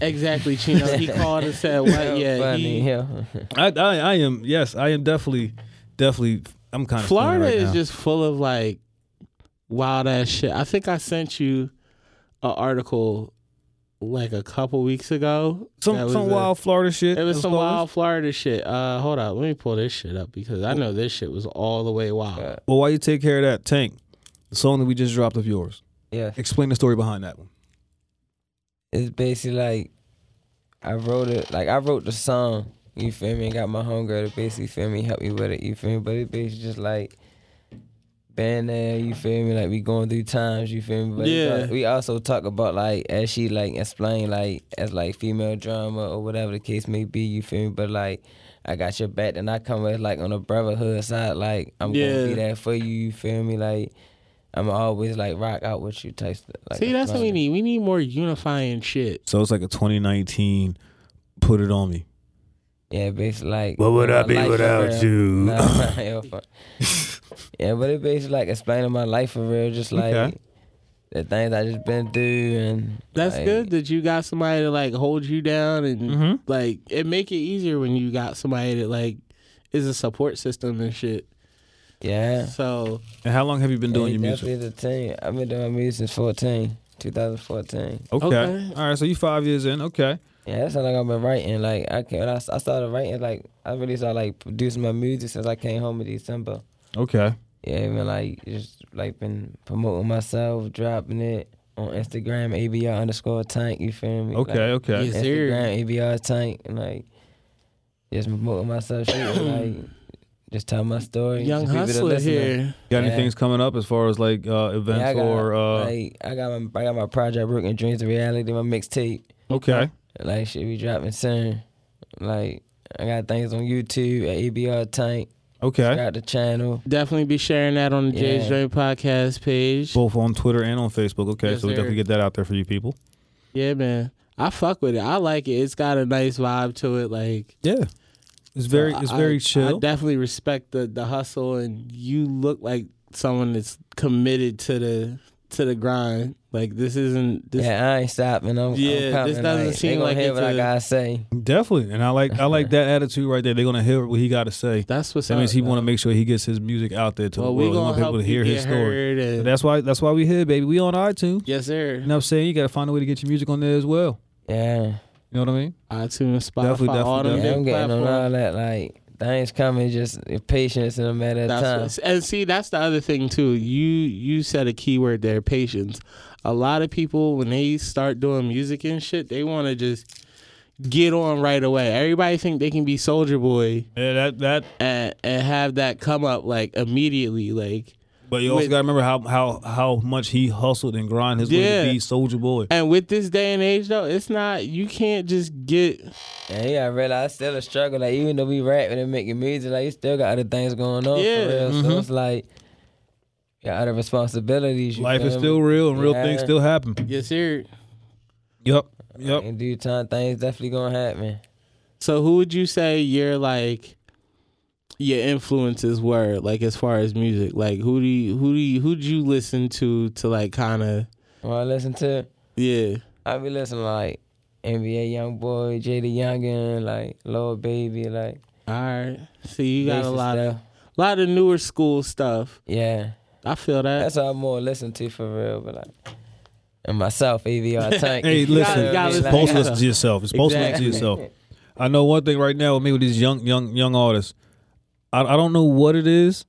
[SPEAKER 1] exactly, Chino. He called and said what? Yeah,
[SPEAKER 7] Funny,
[SPEAKER 1] he,
[SPEAKER 7] yeah.
[SPEAKER 2] I, I I am yes, I am definitely definitely I'm kind of
[SPEAKER 1] Florida
[SPEAKER 2] right
[SPEAKER 1] is
[SPEAKER 2] now.
[SPEAKER 1] just full of like wild ass shit. I think I sent you an article like a couple weeks ago. that
[SPEAKER 2] some
[SPEAKER 1] was
[SPEAKER 2] some
[SPEAKER 1] a-
[SPEAKER 2] wild Florida shit.
[SPEAKER 1] It was
[SPEAKER 2] as
[SPEAKER 1] some
[SPEAKER 2] always.
[SPEAKER 1] wild Florida shit. Uh, hold up, let me pull this shit up because I know this shit was all the way wild.
[SPEAKER 2] Well, while you take care of that, Tank, the song that we just dropped of yours.
[SPEAKER 7] Yeah.
[SPEAKER 2] Explain the story behind that one.
[SPEAKER 7] it's basically like I wrote it like I wrote the song, you feel me, and got my homegirl to basically feel me, help me with it, you feel me? But it basically just like been there, you feel me? Like we going through times, you feel me? But
[SPEAKER 1] Yeah.
[SPEAKER 7] yeah. we also talk about like as she like explain like as like female drama or whatever the case may be, you feel me? But like I got your back and I come with like on the brotherhood side, like I'm
[SPEAKER 1] Yeah.
[SPEAKER 7] gonna be there for you, you feel me? Like I'm always like rock out with you type stuff. Like,
[SPEAKER 1] See, that's what
[SPEAKER 7] like-
[SPEAKER 1] we need. We need more unifying shit.
[SPEAKER 2] So it's like a 2019. Put it on me.
[SPEAKER 7] Yeah, basically like
[SPEAKER 2] What would I
[SPEAKER 7] my
[SPEAKER 2] be
[SPEAKER 7] life for
[SPEAKER 2] without
[SPEAKER 7] real.
[SPEAKER 2] you?
[SPEAKER 7] Nah, yo, fuck. yeah, but it basically like explaining my life for real, just like
[SPEAKER 2] Okay.
[SPEAKER 7] the things I just been through and
[SPEAKER 1] That's
[SPEAKER 7] like,
[SPEAKER 1] good that you got somebody to like hold you down and
[SPEAKER 2] Mhm.
[SPEAKER 1] like it make it easier when you got somebody that like is a support system and shit.
[SPEAKER 7] Yeah.
[SPEAKER 1] So
[SPEAKER 2] And how long have you been doing
[SPEAKER 7] Yeah,
[SPEAKER 2] your music?
[SPEAKER 7] definitely the team. I've been doing my music since 14, 2014.
[SPEAKER 2] Okay.
[SPEAKER 1] Okay.
[SPEAKER 2] All right. So you five years in. Okay.
[SPEAKER 7] Yeah, that's how long I've been writing. Like I can, when I, I started writing, like I really started like producing my music since I came home in December.
[SPEAKER 2] Okay.
[SPEAKER 7] Yeah, I mean, like just like been promoting myself, dropping it on Instagram, ABR underscore tank. You feel me?
[SPEAKER 2] Okay.
[SPEAKER 7] Like,
[SPEAKER 2] okay.
[SPEAKER 1] Yes, sir.
[SPEAKER 7] Instagram, ABR tank, and like just promoting myself, shooting, like just tell my story.
[SPEAKER 1] young
[SPEAKER 7] to people that
[SPEAKER 1] hustler
[SPEAKER 7] listening.
[SPEAKER 1] here.
[SPEAKER 2] Got any
[SPEAKER 7] Yeah.
[SPEAKER 2] things coming up as far as like uh, events
[SPEAKER 7] Yeah, I got,
[SPEAKER 2] or? Uh,
[SPEAKER 7] like, I got my I got my project Brooklyn Dreams of Reality, my mixtape.
[SPEAKER 2] okay.
[SPEAKER 7] Like shit be dropping soon. Like I got things on YouTube at ABR Tank.
[SPEAKER 2] Okay.
[SPEAKER 7] Got the channel.
[SPEAKER 1] Definitely be sharing that on the Jay's
[SPEAKER 7] Yeah.
[SPEAKER 1] Dream podcast page.
[SPEAKER 2] Both on Twitter and on Facebook. Okay.
[SPEAKER 1] Yes,
[SPEAKER 2] so we
[SPEAKER 1] sir.
[SPEAKER 2] definitely get that out there for you people.
[SPEAKER 1] Yeah, man. I fuck with it. I like it. It's got a nice vibe to it. Like
[SPEAKER 2] Yeah. It's very. It's
[SPEAKER 1] I-
[SPEAKER 2] very
[SPEAKER 1] I-
[SPEAKER 2] chill.
[SPEAKER 1] I definitely respect the the hustle, and you look like someone that's committed to the to the grind. Like this isn't this.
[SPEAKER 7] yeah, I ain't stopping. I'm,
[SPEAKER 1] Yeah,
[SPEAKER 7] I'm
[SPEAKER 1] this
[SPEAKER 7] coming.
[SPEAKER 1] doesn't
[SPEAKER 7] like,
[SPEAKER 1] seem
[SPEAKER 7] they gonna
[SPEAKER 1] like
[SPEAKER 7] hear
[SPEAKER 1] it's
[SPEAKER 7] what I
[SPEAKER 1] a-
[SPEAKER 7] gotta say.
[SPEAKER 2] Definitely, and I like I like that attitude right there. They're gonna hear what he got to say.
[SPEAKER 1] That's what's
[SPEAKER 2] That means
[SPEAKER 1] up,
[SPEAKER 2] he want to
[SPEAKER 1] man.
[SPEAKER 2] make sure he gets his music out there to
[SPEAKER 1] Well,
[SPEAKER 2] the
[SPEAKER 1] we
[SPEAKER 2] world. He
[SPEAKER 1] gonna
[SPEAKER 2] want
[SPEAKER 1] help
[SPEAKER 2] people to hear
[SPEAKER 1] you
[SPEAKER 2] his
[SPEAKER 1] get
[SPEAKER 2] story.
[SPEAKER 1] heard and-
[SPEAKER 2] So that's why that's why we here, baby. We on iTunes.
[SPEAKER 1] yes, sir.
[SPEAKER 2] You know what I'm saying? You got to find a way to get your music on there as well.
[SPEAKER 7] Yeah,
[SPEAKER 2] You know what I mean?
[SPEAKER 1] iTunes, Spotify,
[SPEAKER 2] Definitely,
[SPEAKER 1] all them
[SPEAKER 2] definitely,
[SPEAKER 7] yeah I'm
[SPEAKER 1] big
[SPEAKER 7] getting on all
[SPEAKER 1] platforms.
[SPEAKER 7] that. Like things coming, just patience in a matter of
[SPEAKER 1] That's
[SPEAKER 7] time.
[SPEAKER 1] what's- and see, that's the other thing too. You you said a key word there, patience. A lot of people when they start doing music and shit, they want to just get on right away. Everybody think they can be Soldier Boy
[SPEAKER 2] Yeah, that that.
[SPEAKER 1] and and have that come up like immediately, like.
[SPEAKER 2] But you also
[SPEAKER 1] With-
[SPEAKER 2] got to remember how how how much he hustled and grind his way
[SPEAKER 1] Yeah.
[SPEAKER 2] to be Soldier Boy.
[SPEAKER 1] And with this day and age, though, it's not you can't just get
[SPEAKER 7] And yeah, I realize it's still a struggle. Like even though we rapping and making music, like you still got other things going on.
[SPEAKER 1] Yeah,
[SPEAKER 7] for real.
[SPEAKER 2] Mm-hmm.
[SPEAKER 7] so it's like you got other responsibilities. You
[SPEAKER 2] Life is
[SPEAKER 7] feel
[SPEAKER 2] still
[SPEAKER 7] me?
[SPEAKER 2] real, and real
[SPEAKER 7] Yeah.
[SPEAKER 2] things still happen.
[SPEAKER 1] yes sir.
[SPEAKER 2] Yep, yep.
[SPEAKER 7] In due time, things definitely gonna happen.
[SPEAKER 1] So who would you say your like your influences were like as far as music? Like who do you who do you who'd you listen to to like kind of
[SPEAKER 7] When I listen to,
[SPEAKER 1] yeah
[SPEAKER 7] I be listening to, like NBA YoungBoy, JD Youngin, like Lil Baby, like
[SPEAKER 1] all right. See you got a
[SPEAKER 7] basic
[SPEAKER 1] lot of
[SPEAKER 7] stuff.
[SPEAKER 1] lot of newer school stuff.
[SPEAKER 7] yeah.
[SPEAKER 1] I feel that.
[SPEAKER 7] That's what I more listen to for real, but like and myself, AVR Tank.
[SPEAKER 2] Hey,
[SPEAKER 7] You know
[SPEAKER 2] listen,
[SPEAKER 7] what I
[SPEAKER 1] gotta
[SPEAKER 7] mean?
[SPEAKER 1] listen
[SPEAKER 2] it's
[SPEAKER 7] Like,
[SPEAKER 2] supposed to
[SPEAKER 1] that.
[SPEAKER 2] listen to yourself. It's supposed to listen to yourself. I know one thing right now with me with these young, young, young artists. I, I don't know what it is,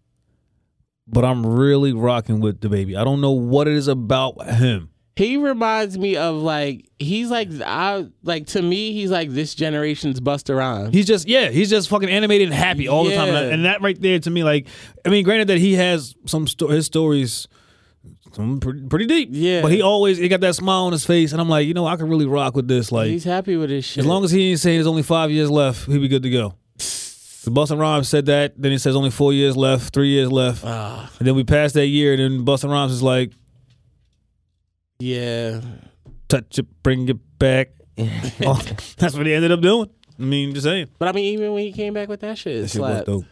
[SPEAKER 2] but I'm really rocking with the baby. I don't know what it is about him.
[SPEAKER 1] he reminds me of like he's like I like to me he's like this generation's Buster Rhymes.
[SPEAKER 2] He's just yeah, he's just fucking animated and happy all the time. And, I-
[SPEAKER 1] Yeah.
[SPEAKER 2] and that right there to me, like, I mean, granted that he has some sto- his stories. Some pretty, pretty deep,
[SPEAKER 1] Yeah.
[SPEAKER 2] But he always he got that smile on his face, and I'm like, you know, I can really rock with this. Like,
[SPEAKER 1] He's happy with his shit.
[SPEAKER 2] As long as he ain't saying there's only five years left, he'll be good to go. So Boston Rhymes said that. Then he says only four years left, three years left. and then we passed that year. Then Boston Rhymes is like,
[SPEAKER 1] yeah.
[SPEAKER 2] touch it, bring it back. Oh, that's what he ended up doing. I mean, just saying.
[SPEAKER 1] But I mean, even when he came back with that shit, it
[SPEAKER 2] That shit was
[SPEAKER 1] slapped.
[SPEAKER 2] dope.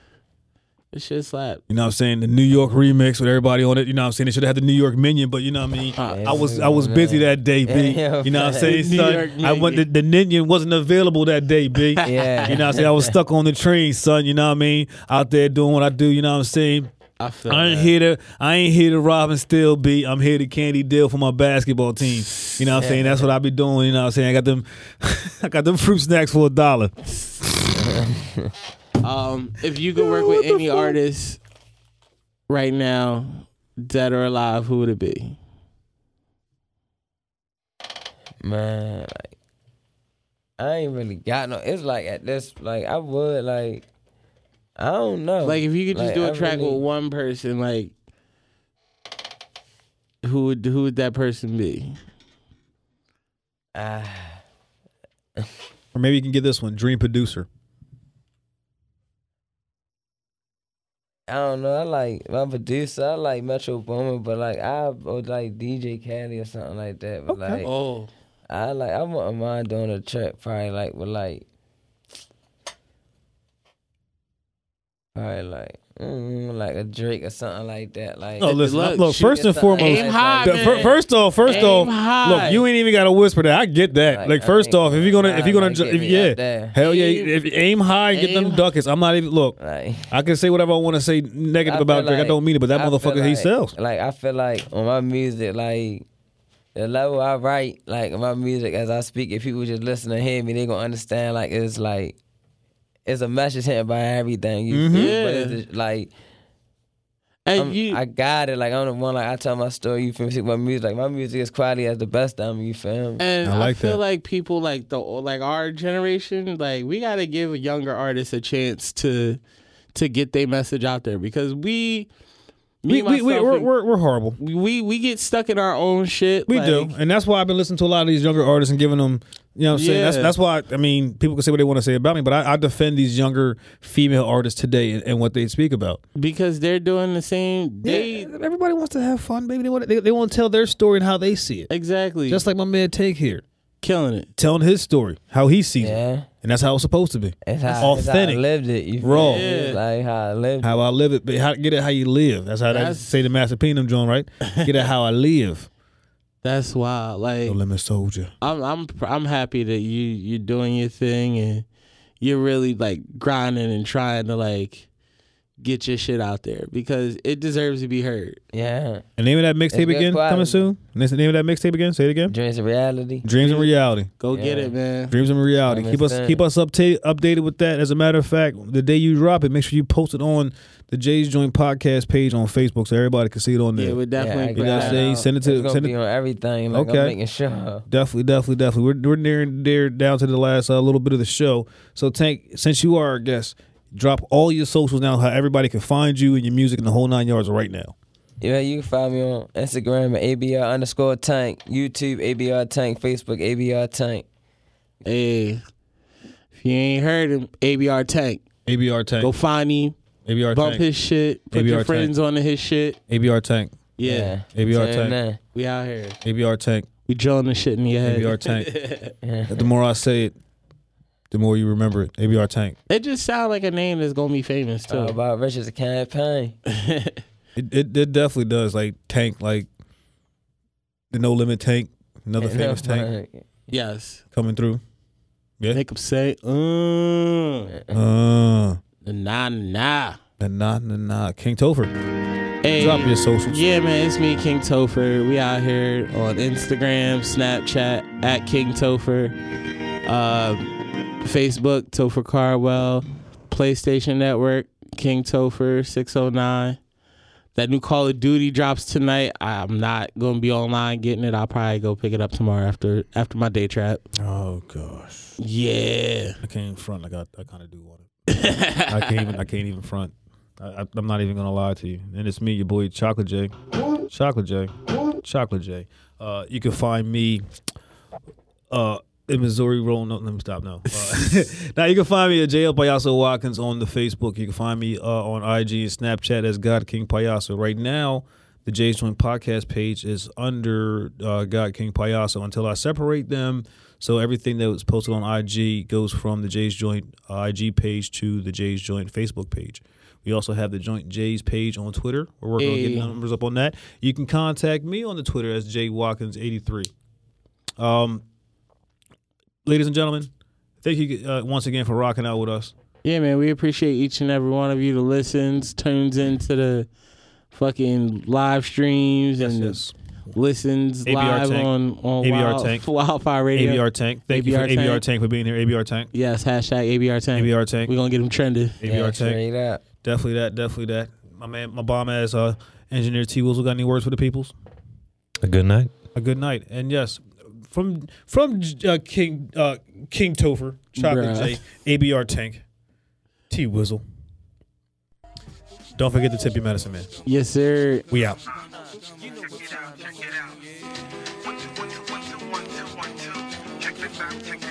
[SPEAKER 1] It shit slapped.
[SPEAKER 2] You know what I'm saying? The New York remix with everybody on it. You know what I'm saying? They should have had the New York minion, but you know what I mean? I was I was busy that day, B.
[SPEAKER 7] Yeah,
[SPEAKER 2] you know what I'm saying?
[SPEAKER 1] New
[SPEAKER 2] Son?
[SPEAKER 1] York
[SPEAKER 2] I went the,
[SPEAKER 1] minion.
[SPEAKER 2] the minion wasn't available that day, B.
[SPEAKER 7] Yeah.
[SPEAKER 2] You know what I'm saying? I was stuck on the train, son, you know what I mean? Out there doing what I do, you know what I'm saying?
[SPEAKER 1] I feel.
[SPEAKER 2] I ain't
[SPEAKER 1] that.
[SPEAKER 2] here to I ain't here to rob and steal beat. I'm here to candy deal for my basketball team. You know what I'm saying? That's what I be doing, you know what I'm saying? I got them I got them fruit snacks for a dollar.
[SPEAKER 1] Um, if you could work with any artist right now, dead or alive, who would it be?
[SPEAKER 7] Man, like I ain't really got no it's like at this like I would like I don't know.
[SPEAKER 1] Like, if you could just
[SPEAKER 7] Oh,
[SPEAKER 1] do
[SPEAKER 7] Like,
[SPEAKER 1] a
[SPEAKER 7] I
[SPEAKER 1] track
[SPEAKER 7] really-
[SPEAKER 1] with one person, like, who would who would that person be?
[SPEAKER 2] Or maybe you can get this one, dream producer.
[SPEAKER 7] I don't know. I like my producer. I like Metro Boomin, but like I would like DJ Cali or something like that. But like
[SPEAKER 1] Oh,
[SPEAKER 7] I like I wouldn't mind doing a track probably like with like probably like mm, like a Drake or something like that. Like
[SPEAKER 2] No, Oh, listen.
[SPEAKER 1] look,
[SPEAKER 2] Look, first
[SPEAKER 7] shit,
[SPEAKER 2] and
[SPEAKER 7] the
[SPEAKER 2] foremost,
[SPEAKER 1] aim high,
[SPEAKER 2] the-
[SPEAKER 1] man.
[SPEAKER 2] fir- first off, first
[SPEAKER 1] Aim
[SPEAKER 2] off,
[SPEAKER 1] high.
[SPEAKER 2] look, you ain't even got to whisper that. I get that. Like,
[SPEAKER 7] Like, I
[SPEAKER 2] first
[SPEAKER 7] think
[SPEAKER 2] off, if you're gonna, if you're gonna,
[SPEAKER 7] might
[SPEAKER 2] ju-
[SPEAKER 7] get
[SPEAKER 2] if,
[SPEAKER 7] me up
[SPEAKER 2] yeah,
[SPEAKER 7] there.
[SPEAKER 2] hell yeah, if, if aim high, and get
[SPEAKER 1] Aim
[SPEAKER 2] them ducats. I'm not even look.
[SPEAKER 7] like
[SPEAKER 2] I can say whatever I want to say negative
[SPEAKER 7] feel
[SPEAKER 2] about Drake. I
[SPEAKER 7] like-
[SPEAKER 2] don't mean it, but that
[SPEAKER 7] I feel
[SPEAKER 2] motherfucker he
[SPEAKER 7] like-
[SPEAKER 2] sells.
[SPEAKER 7] Like I feel like on my music, like the level I write, like my music as I speak, if people just listen and hear me, they gonna understand. Like it's like it's a message hidden by everything. You
[SPEAKER 2] Mm-hmm.
[SPEAKER 7] feel? But it's just, like
[SPEAKER 1] and
[SPEAKER 7] I'm,
[SPEAKER 1] you
[SPEAKER 7] I got it. Like I'm the one. Like I tell my story. You feel me? My music, like my music is quality as the best of me. You feel me?
[SPEAKER 1] and
[SPEAKER 2] I
[SPEAKER 1] I,
[SPEAKER 2] like
[SPEAKER 1] feel
[SPEAKER 2] that.
[SPEAKER 1] like people like the like our generation, like we got to give younger artists a chance to to get their message out there because we me,
[SPEAKER 2] We, we, we,
[SPEAKER 1] myself,
[SPEAKER 2] we're,
[SPEAKER 1] and-
[SPEAKER 2] we're, we're horrible.
[SPEAKER 1] we we get stuck in our own shit.
[SPEAKER 2] We
[SPEAKER 1] like,
[SPEAKER 2] do, and that's why I've been listening to a lot of these younger artists and giving them, you know, what I'm saying that's
[SPEAKER 1] Yeah.
[SPEAKER 2] that's why I mean people can say what they want to say about me, but I, I defend these younger female artists today and, and what they speak about.
[SPEAKER 1] because they're doing the same. They
[SPEAKER 2] Yeah, everybody wants to have fun, baby. They want they, they want to tell their story and how they see it,
[SPEAKER 1] exactly
[SPEAKER 2] just
[SPEAKER 1] just
[SPEAKER 2] like my man Take here
[SPEAKER 1] killing it.
[SPEAKER 2] telling his story how he sees
[SPEAKER 7] Yeah.
[SPEAKER 2] it, and that's how it's supposed to be.
[SPEAKER 7] It's how,
[SPEAKER 2] authentic,
[SPEAKER 7] It's how I lived it. You feel
[SPEAKER 2] raw.
[SPEAKER 7] me? It's Like how I lived.
[SPEAKER 2] how I live it. But how, get it how you live. That's how they
[SPEAKER 1] That's-
[SPEAKER 2] say the Master Penum John, right? Get it how I live.
[SPEAKER 1] That's wild. Like
[SPEAKER 2] No limit soldier.
[SPEAKER 1] I'm I'm I'm happy that you you're doing your thing and you're really like grinding and trying to like get your shit out there because it deserves to be heard.
[SPEAKER 7] it. Yeah.
[SPEAKER 2] And name of that mixtape
[SPEAKER 7] good
[SPEAKER 2] again coming
[SPEAKER 7] quality.
[SPEAKER 2] soon. And that's the name of that mixtape again. Say it again.
[SPEAKER 7] Dreams of reality.
[SPEAKER 2] Dreams and reality.
[SPEAKER 1] Go get
[SPEAKER 7] Yeah.
[SPEAKER 1] it, man.
[SPEAKER 2] Dreams and reality. Keep us
[SPEAKER 7] Understand.
[SPEAKER 2] keep us upta- updated with that. As a matter of fact, the day you drop it, make sure you post it on the Jay's Joint podcast page on Facebook so everybody can see it on there.
[SPEAKER 1] Yeah, we're
[SPEAKER 7] Yeah, I
[SPEAKER 1] definitely
[SPEAKER 2] know
[SPEAKER 7] got
[SPEAKER 2] what I'm
[SPEAKER 7] it
[SPEAKER 1] glad.
[SPEAKER 2] saying?
[SPEAKER 7] out.
[SPEAKER 2] Send it to-
[SPEAKER 7] It's gonna
[SPEAKER 2] send it-
[SPEAKER 7] be on everything. Like
[SPEAKER 2] Okay.
[SPEAKER 7] I'm making sure.
[SPEAKER 2] Definitely, definitely, definitely. We're we're nearing near down to the last uh, little bit of the show. So Tank, since you are our guest, drop all your socials now. How everybody can find you and your music and the whole nine yards right now.
[SPEAKER 7] Yeah, you can find me on Instagram at ABR underscore tank, YouTube ABR tank, Facebook ABR tank.
[SPEAKER 1] Hey, if you ain't heard him, ABR Tank,
[SPEAKER 2] ABR Tank.
[SPEAKER 1] go find him,
[SPEAKER 2] ABR
[SPEAKER 1] bump
[SPEAKER 2] Tank.
[SPEAKER 1] his shit, put
[SPEAKER 2] ABR
[SPEAKER 1] your
[SPEAKER 2] Tank.
[SPEAKER 1] friends on to his shit.
[SPEAKER 2] ABR Tank.
[SPEAKER 1] Yeah,
[SPEAKER 2] ABR tank.
[SPEAKER 7] Turn that.
[SPEAKER 1] we out here.
[SPEAKER 2] ABR Tank.
[SPEAKER 1] We drilling the shit in your head.
[SPEAKER 2] ABR Tank. the more I say it, the more you remember it. ABR Tank.
[SPEAKER 1] It just sound like a name that's gonna be famous too.
[SPEAKER 7] Talk about Richard's campaign.
[SPEAKER 2] It, it it definitely does. Like Tank, like the No Limit Tank, another famous Tank
[SPEAKER 1] yes,
[SPEAKER 2] coming through.
[SPEAKER 1] make them say, mm,
[SPEAKER 2] Uh,
[SPEAKER 1] nah, nah.
[SPEAKER 2] nah, nah, nah. King Topher,
[SPEAKER 1] Hey,
[SPEAKER 2] drop your socials.
[SPEAKER 1] Yeah, man, it's me, King Topher. We out here on Instagram, Snapchat at King Topher, uh, Facebook Topher Carwell, PlayStation Network King Topher six oh nine. That new Call of Duty drops tonight. I'm not gonna be online getting it. I'll probably go pick it up tomorrow after after my day trap.
[SPEAKER 2] Oh gosh,
[SPEAKER 1] Yeah,
[SPEAKER 2] I can't even front. Like I, I kind of do want it. I can't even. I can't even front. I, I, I'm not even gonna lie to you. And it's me, your boy Chocolate J, Chocolate J, Chocolate J. Uh, you can find me. Uh, in Missouri, rolling up. Let me stop now. Uh, now you can find me at JL Payaso Watkins on the Facebook. You can find me uh, on IG and Snapchat as God King Payaso. Right now, the J's Twin podcast page is under uh, God King Payaso until I separate them. So everything that was posted on IG goes from the J's Joint uh, IG page to the J's Joint Facebook page. We also have the Joint J's page on Twitter. We're working on getting
[SPEAKER 1] Hey.
[SPEAKER 2] numbers up on that. You can contact me on the Twitter as Jay Watkins eighty three. Um, ladies and gentlemen, thank you uh, once again for rocking out with us.
[SPEAKER 1] yeah, man. We appreciate each and every one of you that listens, tunes into the fucking live streams and the listens
[SPEAKER 2] ABR
[SPEAKER 1] live
[SPEAKER 2] Tank.
[SPEAKER 1] on on
[SPEAKER 2] ABR
[SPEAKER 1] Wild,
[SPEAKER 2] Tank.
[SPEAKER 1] Wildfire Radio.
[SPEAKER 2] ABR Tank. Thank you for
[SPEAKER 1] ABR
[SPEAKER 2] ABR Tank.
[SPEAKER 1] Tank.
[SPEAKER 2] for being here. ABR Tank.
[SPEAKER 1] Yes, hashtag ABR Tank.
[SPEAKER 2] ABR Tank.
[SPEAKER 1] We're gonna get them trending.
[SPEAKER 2] ABR
[SPEAKER 7] Yeah,
[SPEAKER 2] Tank.
[SPEAKER 7] straight up.
[SPEAKER 2] Definitely that. Definitely that. My man, my bomb ass uh, engineer T. Wills. Got any words for the peoples?
[SPEAKER 3] A good night.
[SPEAKER 2] A good night. And yes, from from uh, King uh, King Topher, Chocolate
[SPEAKER 1] Bruh.
[SPEAKER 2] J, ABR Tank, T. Wizzle. Don't forget to tip your medicine, man.
[SPEAKER 1] Yes, sir.
[SPEAKER 2] We out.
[SPEAKER 5] Check it out, check it out. about to